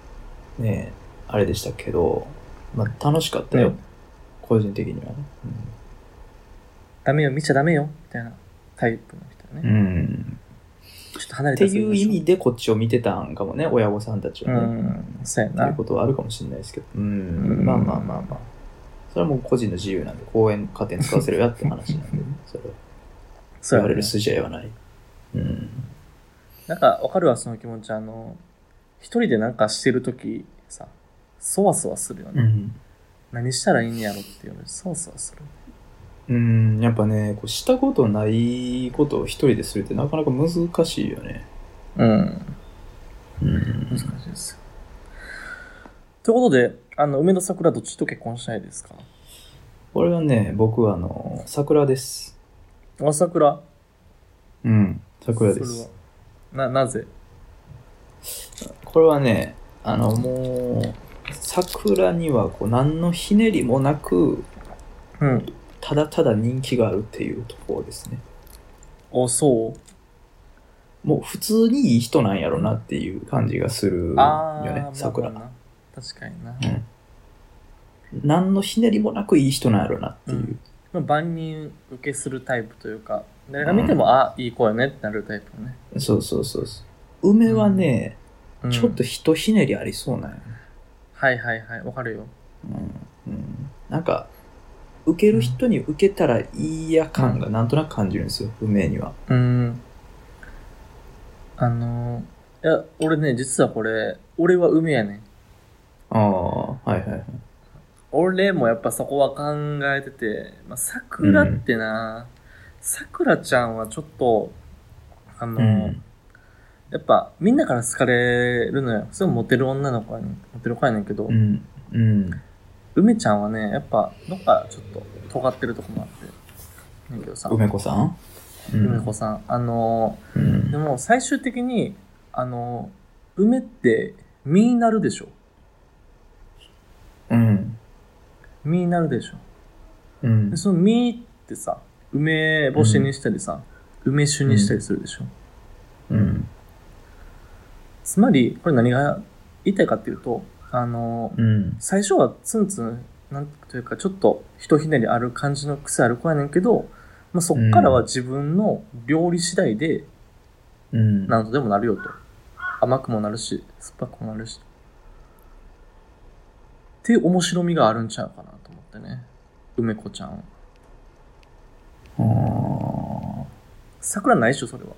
Speaker 2: ね、あれでしたけど、まあ楽しかったよ、
Speaker 1: うん
Speaker 2: 個人的にはね。
Speaker 1: ダメよ見ちゃダメよみたいなタイプの人
Speaker 2: う
Speaker 1: ね、
Speaker 2: んうん
Speaker 1: ちょっと離
Speaker 2: っ
Speaker 1: れ
Speaker 2: て
Speaker 1: たす
Speaker 2: い
Speaker 1: ぎ
Speaker 2: う
Speaker 1: まし
Speaker 2: 意
Speaker 1: ょ
Speaker 2: 味でこっちを見てたんかもね、親御さんたちは
Speaker 1: う
Speaker 2: ね。
Speaker 1: んそうや
Speaker 2: という
Speaker 1: な
Speaker 2: ことはあるかもしれないですけど、うん、
Speaker 1: うん
Speaker 2: まあまあまあまあ。それはもう個人の自由なんで、公園勝手に使わせるやって話なんで、ね、それは
Speaker 1: そう
Speaker 2: 言わ
Speaker 1: や
Speaker 2: れ
Speaker 1: ね
Speaker 2: る筋合いはない。うん。
Speaker 1: なんかわかるわその気持ちあの一人でなんかしてる時さそわそわするよね、
Speaker 2: うん
Speaker 1: 何したらいいんやろっていうのにそわそわする
Speaker 2: うん、やっぱね、こうしたことないことを一人でするってなかなか難しいよね。
Speaker 1: うん
Speaker 2: うん
Speaker 1: 難しいですよということであの梅田桜どっちと結婚したいですか
Speaker 2: 俺はね、僕はあの、桜です。
Speaker 1: あ桜
Speaker 2: うん、桜で
Speaker 1: それは
Speaker 2: す。
Speaker 1: ななぜ
Speaker 2: これはね、あの、もう、桜にはこう何のひねりもなく、
Speaker 1: うん
Speaker 2: ただただ人気があるっていうところですね。
Speaker 1: おそう
Speaker 2: もう普通にいい人なんやろなっていう感じがするよ
Speaker 1: ああ
Speaker 2: ね、桜。
Speaker 1: まあまあな確かにな、
Speaker 2: うん。何のひねりもなくいい人なんやろなっていう。
Speaker 1: うんまあ、万人受けするタイプというか誰が見ても、あいい子やねってなるタイプのね、
Speaker 2: そうそうそうそう。梅はね、
Speaker 1: うん
Speaker 2: ちょっとひとひねりありそうなんよね。
Speaker 1: はいはいはいわかるよ
Speaker 2: うん。うん、なんか、受ける人に受けたらいいや感がなんとなく感じるんですよ、梅には。
Speaker 1: うんあのーいや俺ね実はこれ俺は梅やねん
Speaker 2: ああ、はいはいはい。
Speaker 1: 俺もやっぱそこは考えてて、まあ、桜ってな、さくらちゃんはちょっと、あの、
Speaker 2: うん
Speaker 1: やっぱみんなから好かれるのよ。すごいモテる女の子やねん、モテる子やねんけど、
Speaker 2: うんうん
Speaker 1: 梅ちゃんはね、やっぱどっかちょっと尖ってるとこもあって。ねんけどさ、
Speaker 2: 梅子さん
Speaker 1: 梅子さん。あの、
Speaker 2: うんうん
Speaker 1: でも最終的に、あの、梅って実になるでしょ。
Speaker 2: うん
Speaker 1: 実になるでしょ。
Speaker 2: うん
Speaker 1: でその実ってさ、梅干しにしたりさ、梅酒にしたりするでしょ。
Speaker 2: うん
Speaker 1: つまり、これ何が言いたいかっていうと、あの、
Speaker 2: うん
Speaker 1: 最初はツンツン、なんというか、ちょっとひとひねりある感じの癖ある子やねんけど、まあ、そっからは自分の料理次第で
Speaker 2: うん
Speaker 1: 何とでもなるよと。甘くもなるし、酸っぱくもなるし。っていう面白みがあるんちゃうかなと思ってね。梅子ちゃん。
Speaker 2: あ
Speaker 1: 桜ないっしょ、それは。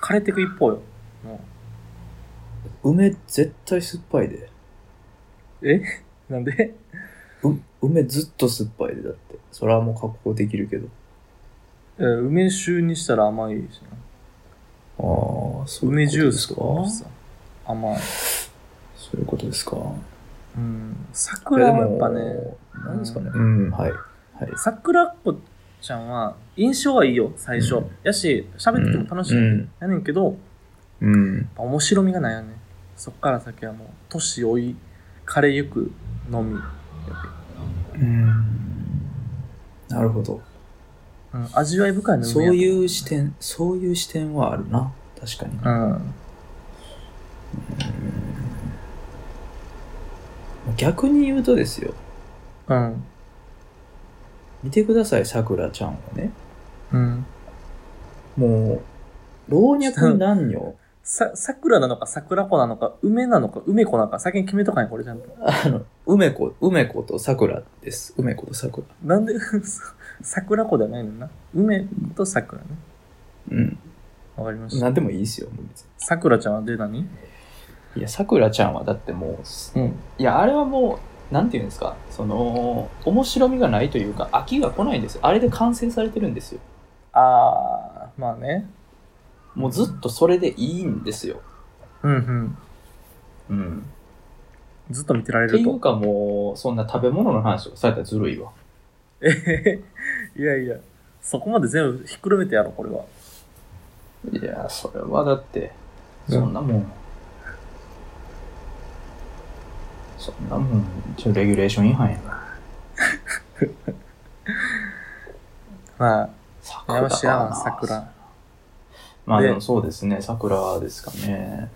Speaker 1: 枯れてく一方よ。も
Speaker 2: ー梅絶対酸っぱいで
Speaker 1: うえなんで
Speaker 2: う梅ずっと酸っぱいでだってそれはもう加工できるけど
Speaker 1: え梅酒にしたら甘いしな。
Speaker 2: ああそういう
Speaker 1: 梅
Speaker 2: こ
Speaker 1: ジュ
Speaker 2: と
Speaker 1: ー
Speaker 2: です
Speaker 1: ス
Speaker 2: か
Speaker 1: とかさ。甘い。
Speaker 2: そういうことですか
Speaker 1: うん
Speaker 2: いや
Speaker 1: 桜はやっぱ
Speaker 2: で
Speaker 1: ね、
Speaker 2: もなんですかねうんはいはい
Speaker 1: 桜子ちゃんは印象はいいよ、最初。
Speaker 2: うん
Speaker 1: やし、喋ってても楽しい、
Speaker 2: うん
Speaker 1: やねんけど、やっ
Speaker 2: うん
Speaker 1: ぱ面白みがないよね。そっから先はもう、年老い、枯れゆくのみ。やっぱ
Speaker 2: うんなるほど
Speaker 1: りうん、味わい深いの
Speaker 2: そう
Speaker 1: う。
Speaker 2: いう視点そういう視点はあるな確かに
Speaker 1: うん。
Speaker 2: 逆に言うとですよ
Speaker 1: うん。
Speaker 2: 見てくださいさくらちゃんはね
Speaker 1: うん。
Speaker 2: もう老若男女
Speaker 1: さ、桜なのか桜子なのか、梅なのか、梅子なのか、先に決めとかんよこれちゃんと。
Speaker 2: あの梅子梅子とさくらです梅子とさく
Speaker 1: なんで、 桜子ではないのにな。梅と桜ね。
Speaker 2: らうん
Speaker 1: わかりました。
Speaker 2: 何でもいいですよもう別に
Speaker 1: 桜ちゃんはで何
Speaker 2: いやさくらちゃんはだってもう
Speaker 1: うん。
Speaker 2: いやあれはもうなんていうんですかその面白みがないというか飽きが来ないんですよあれで完成されてるんですよ
Speaker 1: あー、まあね。
Speaker 2: もうずっとそれでいいんですよ
Speaker 1: うんうん。
Speaker 2: うん
Speaker 1: ずっと見てられ
Speaker 2: って
Speaker 1: る
Speaker 2: いう
Speaker 1: と。
Speaker 2: かもうそんな食べ物の話をされたらずるいわ
Speaker 1: えへへ いやいや、そこまで全部ひっくるめてやろ、これは。
Speaker 2: いやそれはだって
Speaker 1: うん
Speaker 2: そんなもん、そんなもんちょレギュレーション違反やな
Speaker 1: まあ、
Speaker 2: 桜
Speaker 1: 山
Speaker 2: だ
Speaker 1: 下
Speaker 2: な
Speaker 1: 桜。
Speaker 2: まあ
Speaker 1: で
Speaker 2: でもそうですね桜ですかね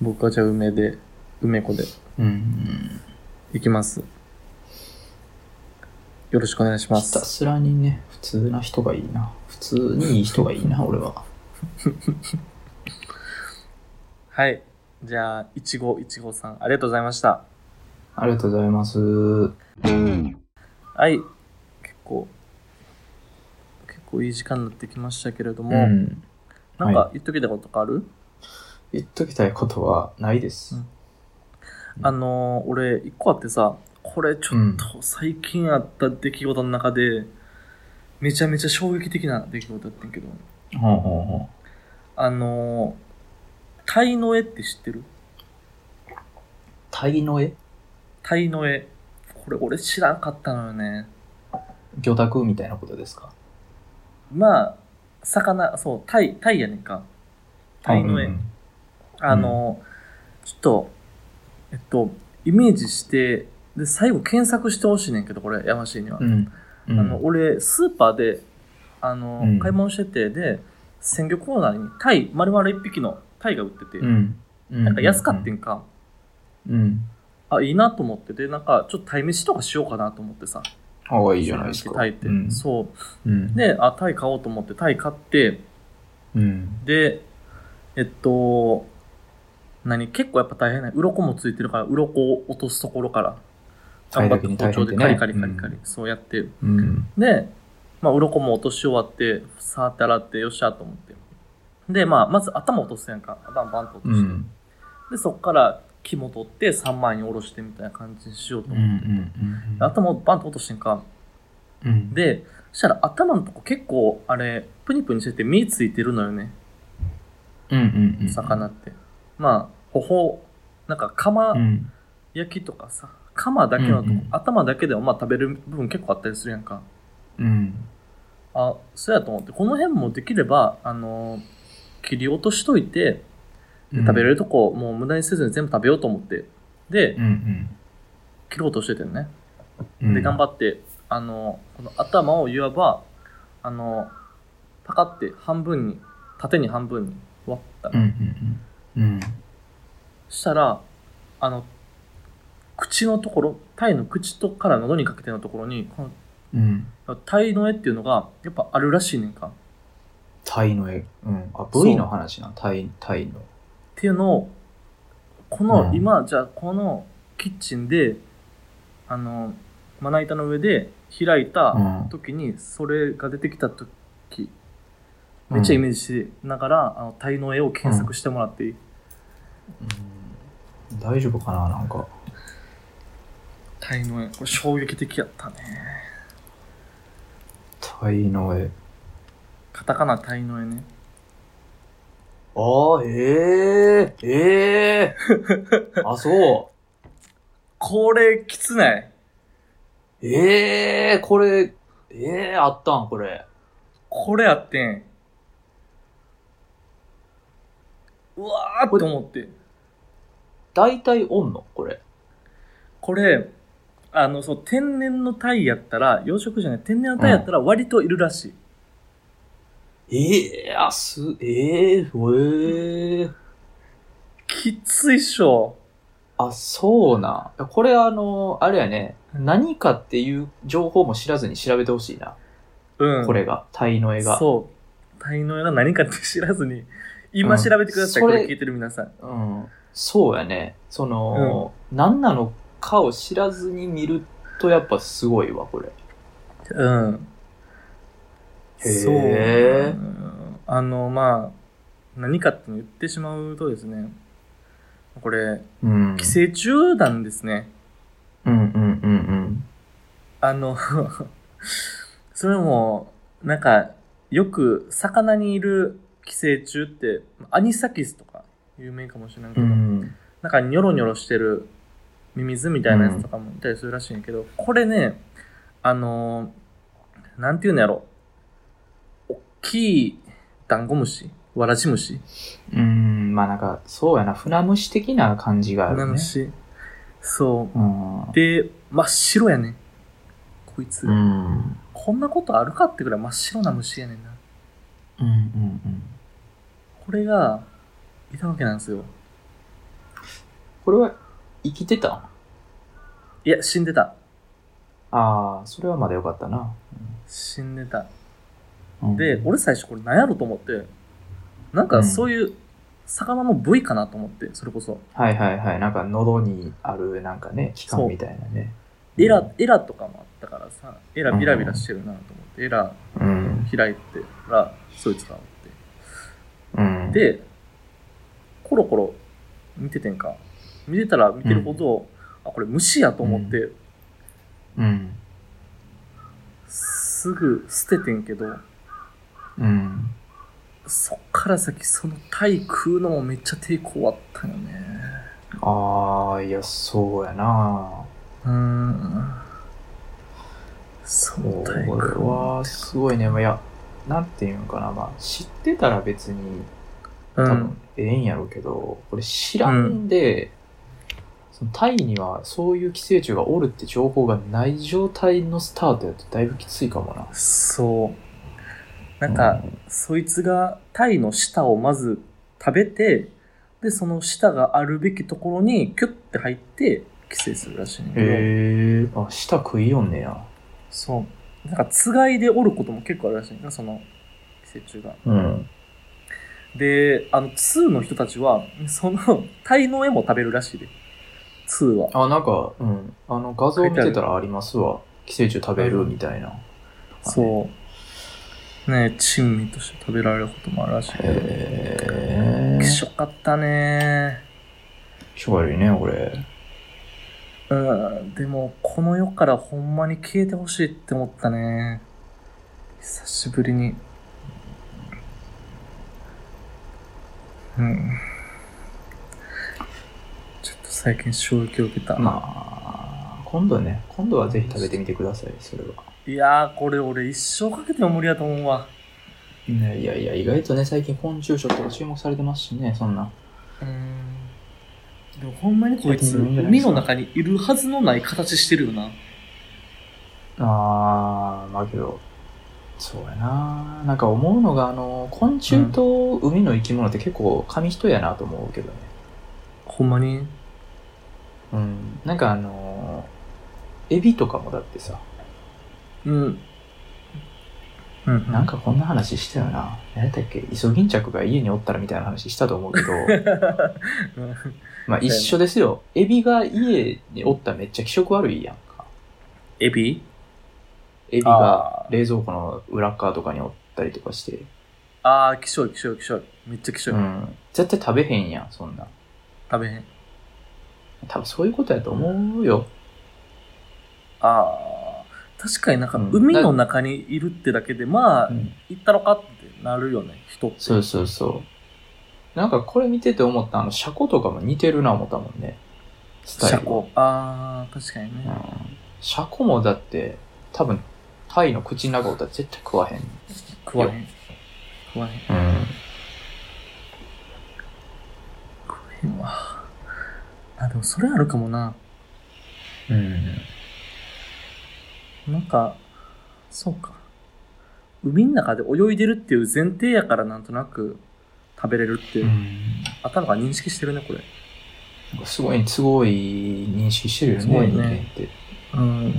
Speaker 1: 僕はじゃあ梅で、梅子で
Speaker 2: うん
Speaker 1: いきます。よろしくお願いしま
Speaker 2: ひた
Speaker 1: す。
Speaker 2: すらにね普通な人がいいな普通にいい人がいいな俺は
Speaker 1: はい。じゃあ、いちごいちごさん、ありがとうございました。
Speaker 2: ありがとうございます
Speaker 1: はい。結構、結構いい時間になってきましたけれども、
Speaker 2: うん
Speaker 1: なんか
Speaker 2: は
Speaker 1: 言っときたいことがある、
Speaker 2: 言っときたいことはないです、
Speaker 1: うんあのー俺、一個あってさ、これちょっと最近あった出来事の中で、めちゃめちゃ衝撃的な出来事だったんやけど、
Speaker 2: ほうほうほう
Speaker 1: あのー、タイの絵って知ってる
Speaker 2: タイの絵
Speaker 1: タイの絵。これ俺知らんかったのよね。
Speaker 2: 魚拓みたいなことですか
Speaker 1: まあ、魚、そう、タイ、タイやねんか。タイの絵。
Speaker 2: うん
Speaker 1: あのー、ちょっと、えっと、イメージして、で、最後検索してほしいねんけど、これ、山氏には。
Speaker 2: うんうん
Speaker 1: あの俺スーパーであの、
Speaker 2: うん
Speaker 1: 買い物しててで鮮魚コーナーにタイ丸々1匹のタイが売ってて、
Speaker 2: うんうん
Speaker 1: なんか安かってんか、
Speaker 2: うん
Speaker 1: あいいなと思ってでなんかちょっと鯛飯とかしようかなと思ってさ
Speaker 2: ああいいじゃないですか
Speaker 1: タイって、
Speaker 2: うん
Speaker 1: そ
Speaker 2: うん
Speaker 1: うであタイ買おうと思ってタイ買って
Speaker 2: うん
Speaker 1: でえっと何結構やっぱ大変ね鱗もついてるから鱗を落とすところから頑張って包丁でカリカリカリカリ、そうやって
Speaker 2: うん
Speaker 1: で、まあ、鱗も落とし終わって、さーって洗って、よっしゃーと思って。で、まあ、まず頭落とすやんか。バンバンと落と
Speaker 2: う
Speaker 1: して。
Speaker 2: ん
Speaker 1: で、そっから肝取って、3枚に下ろしてみたいな感じにしようと
Speaker 2: うんう
Speaker 1: 思って。
Speaker 2: ん
Speaker 1: 頭バンと落としてんか。
Speaker 2: うん、
Speaker 1: で、そしたら頭のとこ結構、あれ、プニプニしてて身ついてるのよね、
Speaker 2: うんうんうん、
Speaker 1: 魚って。まあ、ほほ、なんか釜
Speaker 2: うん
Speaker 1: 焼きとかさ、釜だけのとこ、
Speaker 2: うんうん
Speaker 1: 頭だけでもまあ食べる部分結構あったりするやんか。
Speaker 2: うん
Speaker 1: あ、そうやと思って、この辺もできれば、あのー切り落としといて、で食べれるとこ、もう無駄にせずに全部食べようと思って。で、
Speaker 2: うん
Speaker 1: 切ろうとしててんね。
Speaker 2: うん
Speaker 1: で、頑張
Speaker 2: っ
Speaker 1: って、あの、この頭をいわば、あの、パカって半分に、縦に半分に割った。
Speaker 2: うんうんうん
Speaker 1: したら、あの、口のところ、タイの口とから喉にかけてのところに、こ
Speaker 2: うんうん
Speaker 1: のタイの絵っていうのが、やっぱあるらしいねんか。っ
Speaker 2: タイの絵、うん、あ
Speaker 1: そう
Speaker 2: V の話なタイタイの
Speaker 1: ていうのを、この、
Speaker 2: うん
Speaker 1: 今、じゃあこのキッチンで、あの、まな板の上で開いた
Speaker 2: ん
Speaker 1: 時に、それが出てきた時、めっちゃイメージしながら、あの、タイの絵を検索してもらっていい、
Speaker 2: うん大丈夫かななんか
Speaker 1: タイの絵。これ衝撃的やったね。
Speaker 2: タイの絵
Speaker 1: カタカナタイの絵ね。
Speaker 2: ああええええあそう
Speaker 1: これ、きつない
Speaker 2: ええこれええあったんこれ
Speaker 1: これやってん。うわーって思って。
Speaker 2: 大体おんのこれ
Speaker 1: これ、あの、そう、天然のタイやったら、養殖じゃない、天然のタイやったら割といるらしい。
Speaker 2: ええあすええええ
Speaker 1: きついっしょ。
Speaker 2: あ、そうな。これあの、あれやね、何かっていう情報も知らずに調べてほしいな。
Speaker 1: うん。
Speaker 2: これが、タイの絵が。
Speaker 1: そう。タイの絵が何かって知らずに、今調べてください、
Speaker 2: うん
Speaker 1: こ
Speaker 2: それ
Speaker 1: れ聞いてる皆さん。
Speaker 2: う。ん。そうやね。その、何なのかを知らずに見るとやっぱすごいわ、これ。
Speaker 1: うん。
Speaker 2: へー
Speaker 1: そううん。あの、まあ、何かっていうのを言ってしまうとですね、これ、
Speaker 2: うん
Speaker 1: 寄生虫なんですね。
Speaker 2: うんうんうん
Speaker 1: あの、 それも、なんか、よく、魚にいる寄生虫って、アニサキスとか、有名かもしれないけ
Speaker 2: う
Speaker 1: ど、
Speaker 2: ん。
Speaker 1: なんかニョロニョロしてるミミズみたいなやつとかもいたりするらしいんやけど、これね、あのーなんていうんやろ、おっきいダンゴムシ、わらじ虫、
Speaker 2: うん、まあなんか、そうやな、船虫的な感じがあ
Speaker 1: 花
Speaker 2: るね。
Speaker 1: 虫。そ
Speaker 2: うん
Speaker 1: う。。で、真っ白やねん。こいつ、
Speaker 2: うん。
Speaker 1: こんなことあるかってぐらい真っ白な虫やねんな。
Speaker 2: うんうんうん。
Speaker 1: これが、いたわけなんですよ。
Speaker 2: これは、生きてたん
Speaker 1: いや、死んでた。
Speaker 2: ああ、それはまだよかったな。
Speaker 1: 死んでた。
Speaker 2: うん
Speaker 1: で、俺最初これ何やろと思って、なんかそういう魚の部位かなと思って、それこそ。
Speaker 2: はいはいはい。なんか喉にあるなんかね、器官みたいなね。
Speaker 1: エラ、エラとかもあったからさ、エラビラビラしてるなと思って、エラ
Speaker 2: うん。
Speaker 1: 開いてら、そいつだ思
Speaker 2: うん。
Speaker 1: って。で、コロコロ見ててんか。見てたら見てるほど、あ、これ虫やと思って、
Speaker 2: うん。
Speaker 1: すぐ捨ててんけど、
Speaker 2: うん。
Speaker 1: そっから先その体食うのもめっちゃ抵抗あったよね。
Speaker 2: ああ、いや、そうやな。
Speaker 1: うーん。その
Speaker 2: こ
Speaker 1: 体
Speaker 2: れ
Speaker 1: 育
Speaker 2: はすごいね。まあいや、なんていうんかな。まあ、知ってたら別に
Speaker 1: う
Speaker 2: 多
Speaker 1: ん
Speaker 2: 分。ええんやろうけど、これ知らんで、そのタイにはそういう寄生虫がおるって情報がない状態のスタートやとだいぶきついかもな。
Speaker 1: そう。なんか、そいつがタイの舌をまず食べて、で、その舌があるべきところにキュッて入って寄生するらしいんだけど
Speaker 2: へえ。あ、舌食いよんねや。
Speaker 1: そう。なんか、つがいでおることも結構あるらしいんだその寄生虫が。
Speaker 2: うん。
Speaker 1: で、あの、2の人たちは、その、タイの絵も食べるらしいで。2は。
Speaker 2: あ、なんか、うん。あの、画像見てたらありますわ。寄生虫食べるみたいな。
Speaker 1: そう。ね珍味として食べられることもあるらしいけど。
Speaker 2: へえ。
Speaker 1: きしょかったね
Speaker 2: 気色悪いね、俺。
Speaker 1: うん、でも、この世からほんまに消えてほしいって思ったね。久しぶりに。うん。ちょっと最近衝撃を受けた。
Speaker 2: まあ、今度ね、今度はぜひ食べてみてください、それは。
Speaker 1: いやー、これ俺一生かけても無理やと思うわ。
Speaker 2: ね、いやいや、意外とね、最近昆虫食とか注目されてますしね、そんな。
Speaker 1: うん。でもほんまにこいつ、
Speaker 2: 最近飲んでないで
Speaker 1: 海
Speaker 2: すか
Speaker 1: の中にいるはずのない形してるよな。
Speaker 2: あー、まあけど、そうやな。なんか思うのが、あの、昆虫と海の生き物って結構紙一重やなと思うけどね。
Speaker 1: ほんまに
Speaker 2: うん。なんかあの、エビとかもだってさ、
Speaker 1: うん。うん。
Speaker 2: なんかこんな話したよな。何やったっけイソギンチャクが家におったらみたいな話したと思 うけど、
Speaker 1: うん
Speaker 2: まあ一緒ですよ。エビが家におったらめっちゃ気色悪いやんか。
Speaker 1: エビ
Speaker 2: エビ
Speaker 1: あ
Speaker 2: が
Speaker 1: ー
Speaker 2: 冷蔵庫の裏っ側とかにおったりとかして。
Speaker 1: あー、きしょいきしょいきしょい。めっちゃきしょい。
Speaker 2: うん。絶対食べへんやん、そんな。
Speaker 1: 食べへん。
Speaker 2: 多分そういうことやと思うよ。
Speaker 1: ああ、確かになんか
Speaker 2: うん
Speaker 1: 海の中にいるってだけで、まあ、行ったのかってなるよね、人って。
Speaker 2: そうそうそう。なんかこれ見てて思った、あの、シャコとかも似てるな思ったもんね。スタイル。
Speaker 1: 車庫。ああ、確かに
Speaker 2: う
Speaker 1: ね。
Speaker 2: ん。シャコもだって、多分、タイの口の中おったら絶対食わへん。
Speaker 1: 食わへん。食わへん。
Speaker 2: うん。
Speaker 1: 食わへんわ。あ、でもそれあるかもな。
Speaker 2: うん。
Speaker 1: なんか、そうか。海の中で泳いでるっていう前提やからなんとなく食べれるっていう、
Speaker 2: うん
Speaker 1: 頭が認識してるね、これ。
Speaker 2: なんかすごい、すごい認識してるよね、
Speaker 1: すごいね
Speaker 2: 人間って。
Speaker 1: うん。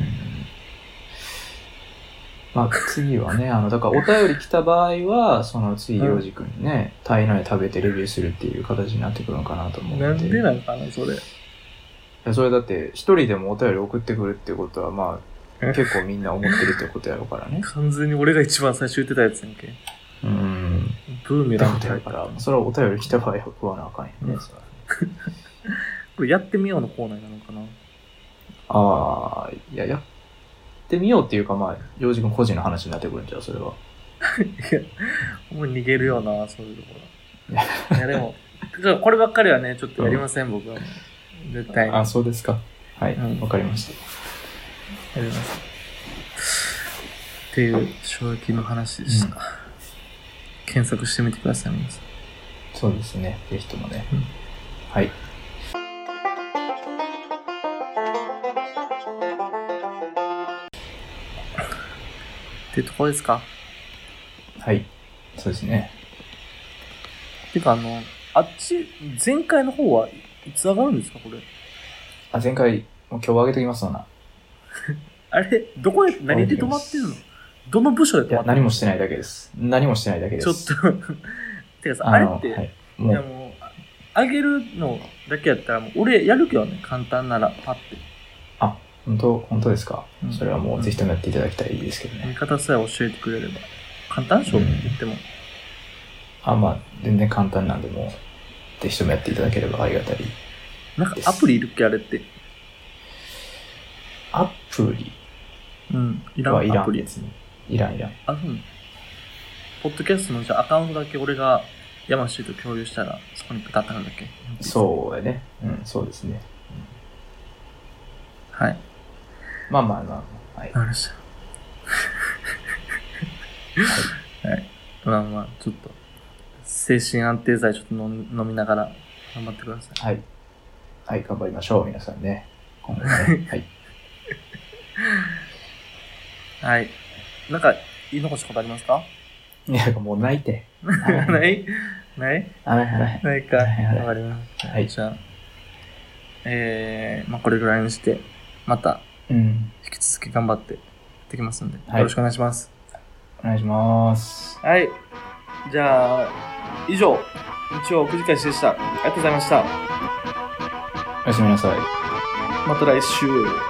Speaker 2: まあ、次はね、あの、だからお便り来た場合は、その次、洋二君にね、タイの絵食べてレビューするっていう形になってくるのかなと思うんで。
Speaker 1: なんでなんかな、それ。
Speaker 2: いやそれだって、一人でもお便り送ってくるってことは、まあ、
Speaker 1: え
Speaker 2: 結構みんな思ってるってことやろうからね。
Speaker 1: 完全に俺が一番最初言ってたやつやんけ。
Speaker 2: うん。
Speaker 1: ブーメ
Speaker 2: って
Speaker 1: ラン
Speaker 2: こ
Speaker 1: みたい
Speaker 2: と
Speaker 1: な
Speaker 2: やから、それはお便り来た場合は食わなあかんやね。それは
Speaker 1: これやってみようのコーナーなのかな
Speaker 2: ああ、いや、やってみようっていうか、まあ、洋二君個人の話になってくるんじゃう、それは。
Speaker 1: もう逃げるよな、そういうとこ ろ。いや、でも、ちょっとこればっかりはね、ちょっとやりません、僕は。絶対に。
Speaker 2: あ、そうですか。はい、わ、
Speaker 1: うん
Speaker 2: かりました。
Speaker 1: やりません。っていう衝撃の話でした。検索してみてください、皆さん。
Speaker 2: そうですね、ぜひともね。
Speaker 1: うん
Speaker 2: はい。
Speaker 1: っていうところですか
Speaker 2: はい。そうですね。
Speaker 1: てか、あの、あっち、前回の方はいつ上がるんですか、これ。
Speaker 2: あ、前回、もう今日上げときますわな。
Speaker 1: あれ、どこで、何で止まってるのどの部署
Speaker 2: い
Speaker 1: で止ま
Speaker 2: や、
Speaker 1: ってる
Speaker 2: 何もしてないだけです。何もしてないだけで
Speaker 1: ちょ
Speaker 2: す。
Speaker 1: っと、 てかさ、あ
Speaker 2: あ
Speaker 1: れ
Speaker 2: の、
Speaker 1: って、
Speaker 2: はい。
Speaker 1: い
Speaker 2: も
Speaker 1: や
Speaker 2: う、
Speaker 1: もう、あげるのだけやったら、もう俺やるけどね、簡単なら、パッて。
Speaker 2: 本当、本当ですか、
Speaker 1: うん
Speaker 2: それはもう、ぜひともやっていただきたいですけど
Speaker 1: やり
Speaker 2: ね。
Speaker 1: 方さえ教えてくれれば。簡単でしょ、
Speaker 2: うん
Speaker 1: 言っても。
Speaker 2: あ、まあ、全然簡単なんで、もう、ぜひともやっていただければありがたい。
Speaker 1: なんかアプリいるっけ、あれって。
Speaker 2: アプリ
Speaker 1: うん、いら
Speaker 2: は
Speaker 1: ん
Speaker 2: いら
Speaker 1: アプ
Speaker 2: ん
Speaker 1: リ
Speaker 2: で。すね。いらん、いらん。
Speaker 1: あ、そうなのポッドキャストのじゃあアカウントだけ俺が山氏と共有したら、そこに当たったんだっけ。
Speaker 2: そうやね。うん、そうですね。
Speaker 1: はい。
Speaker 2: まあまあまあ、はい。
Speaker 1: わかりました。 はい。まあまあ、ちょっと、精神安定剤ちょっと飲み飲みながら頑張ってください。
Speaker 2: はい。はい、頑張りましょう、皆さん ね。今後ね。はい。
Speaker 1: はい。なんか、言い残したことありますか
Speaker 2: いや、もう泣いて。
Speaker 1: な
Speaker 2: はい。
Speaker 1: いない
Speaker 2: はい、はい。
Speaker 1: ないか。
Speaker 2: はいはい
Speaker 1: わかりまし
Speaker 2: は
Speaker 1: た。
Speaker 2: い。
Speaker 1: じゃあ、えー、まあこれぐらいにして、また
Speaker 2: うん。
Speaker 1: 引き続き頑張ってやってきますんで、
Speaker 2: はい
Speaker 1: よろしくお願いします。
Speaker 2: お願いします。
Speaker 1: はい。じゃあ、以上、日曜くじ返しでした。ありがとうございました。
Speaker 2: おやすみなさい。
Speaker 1: また来週。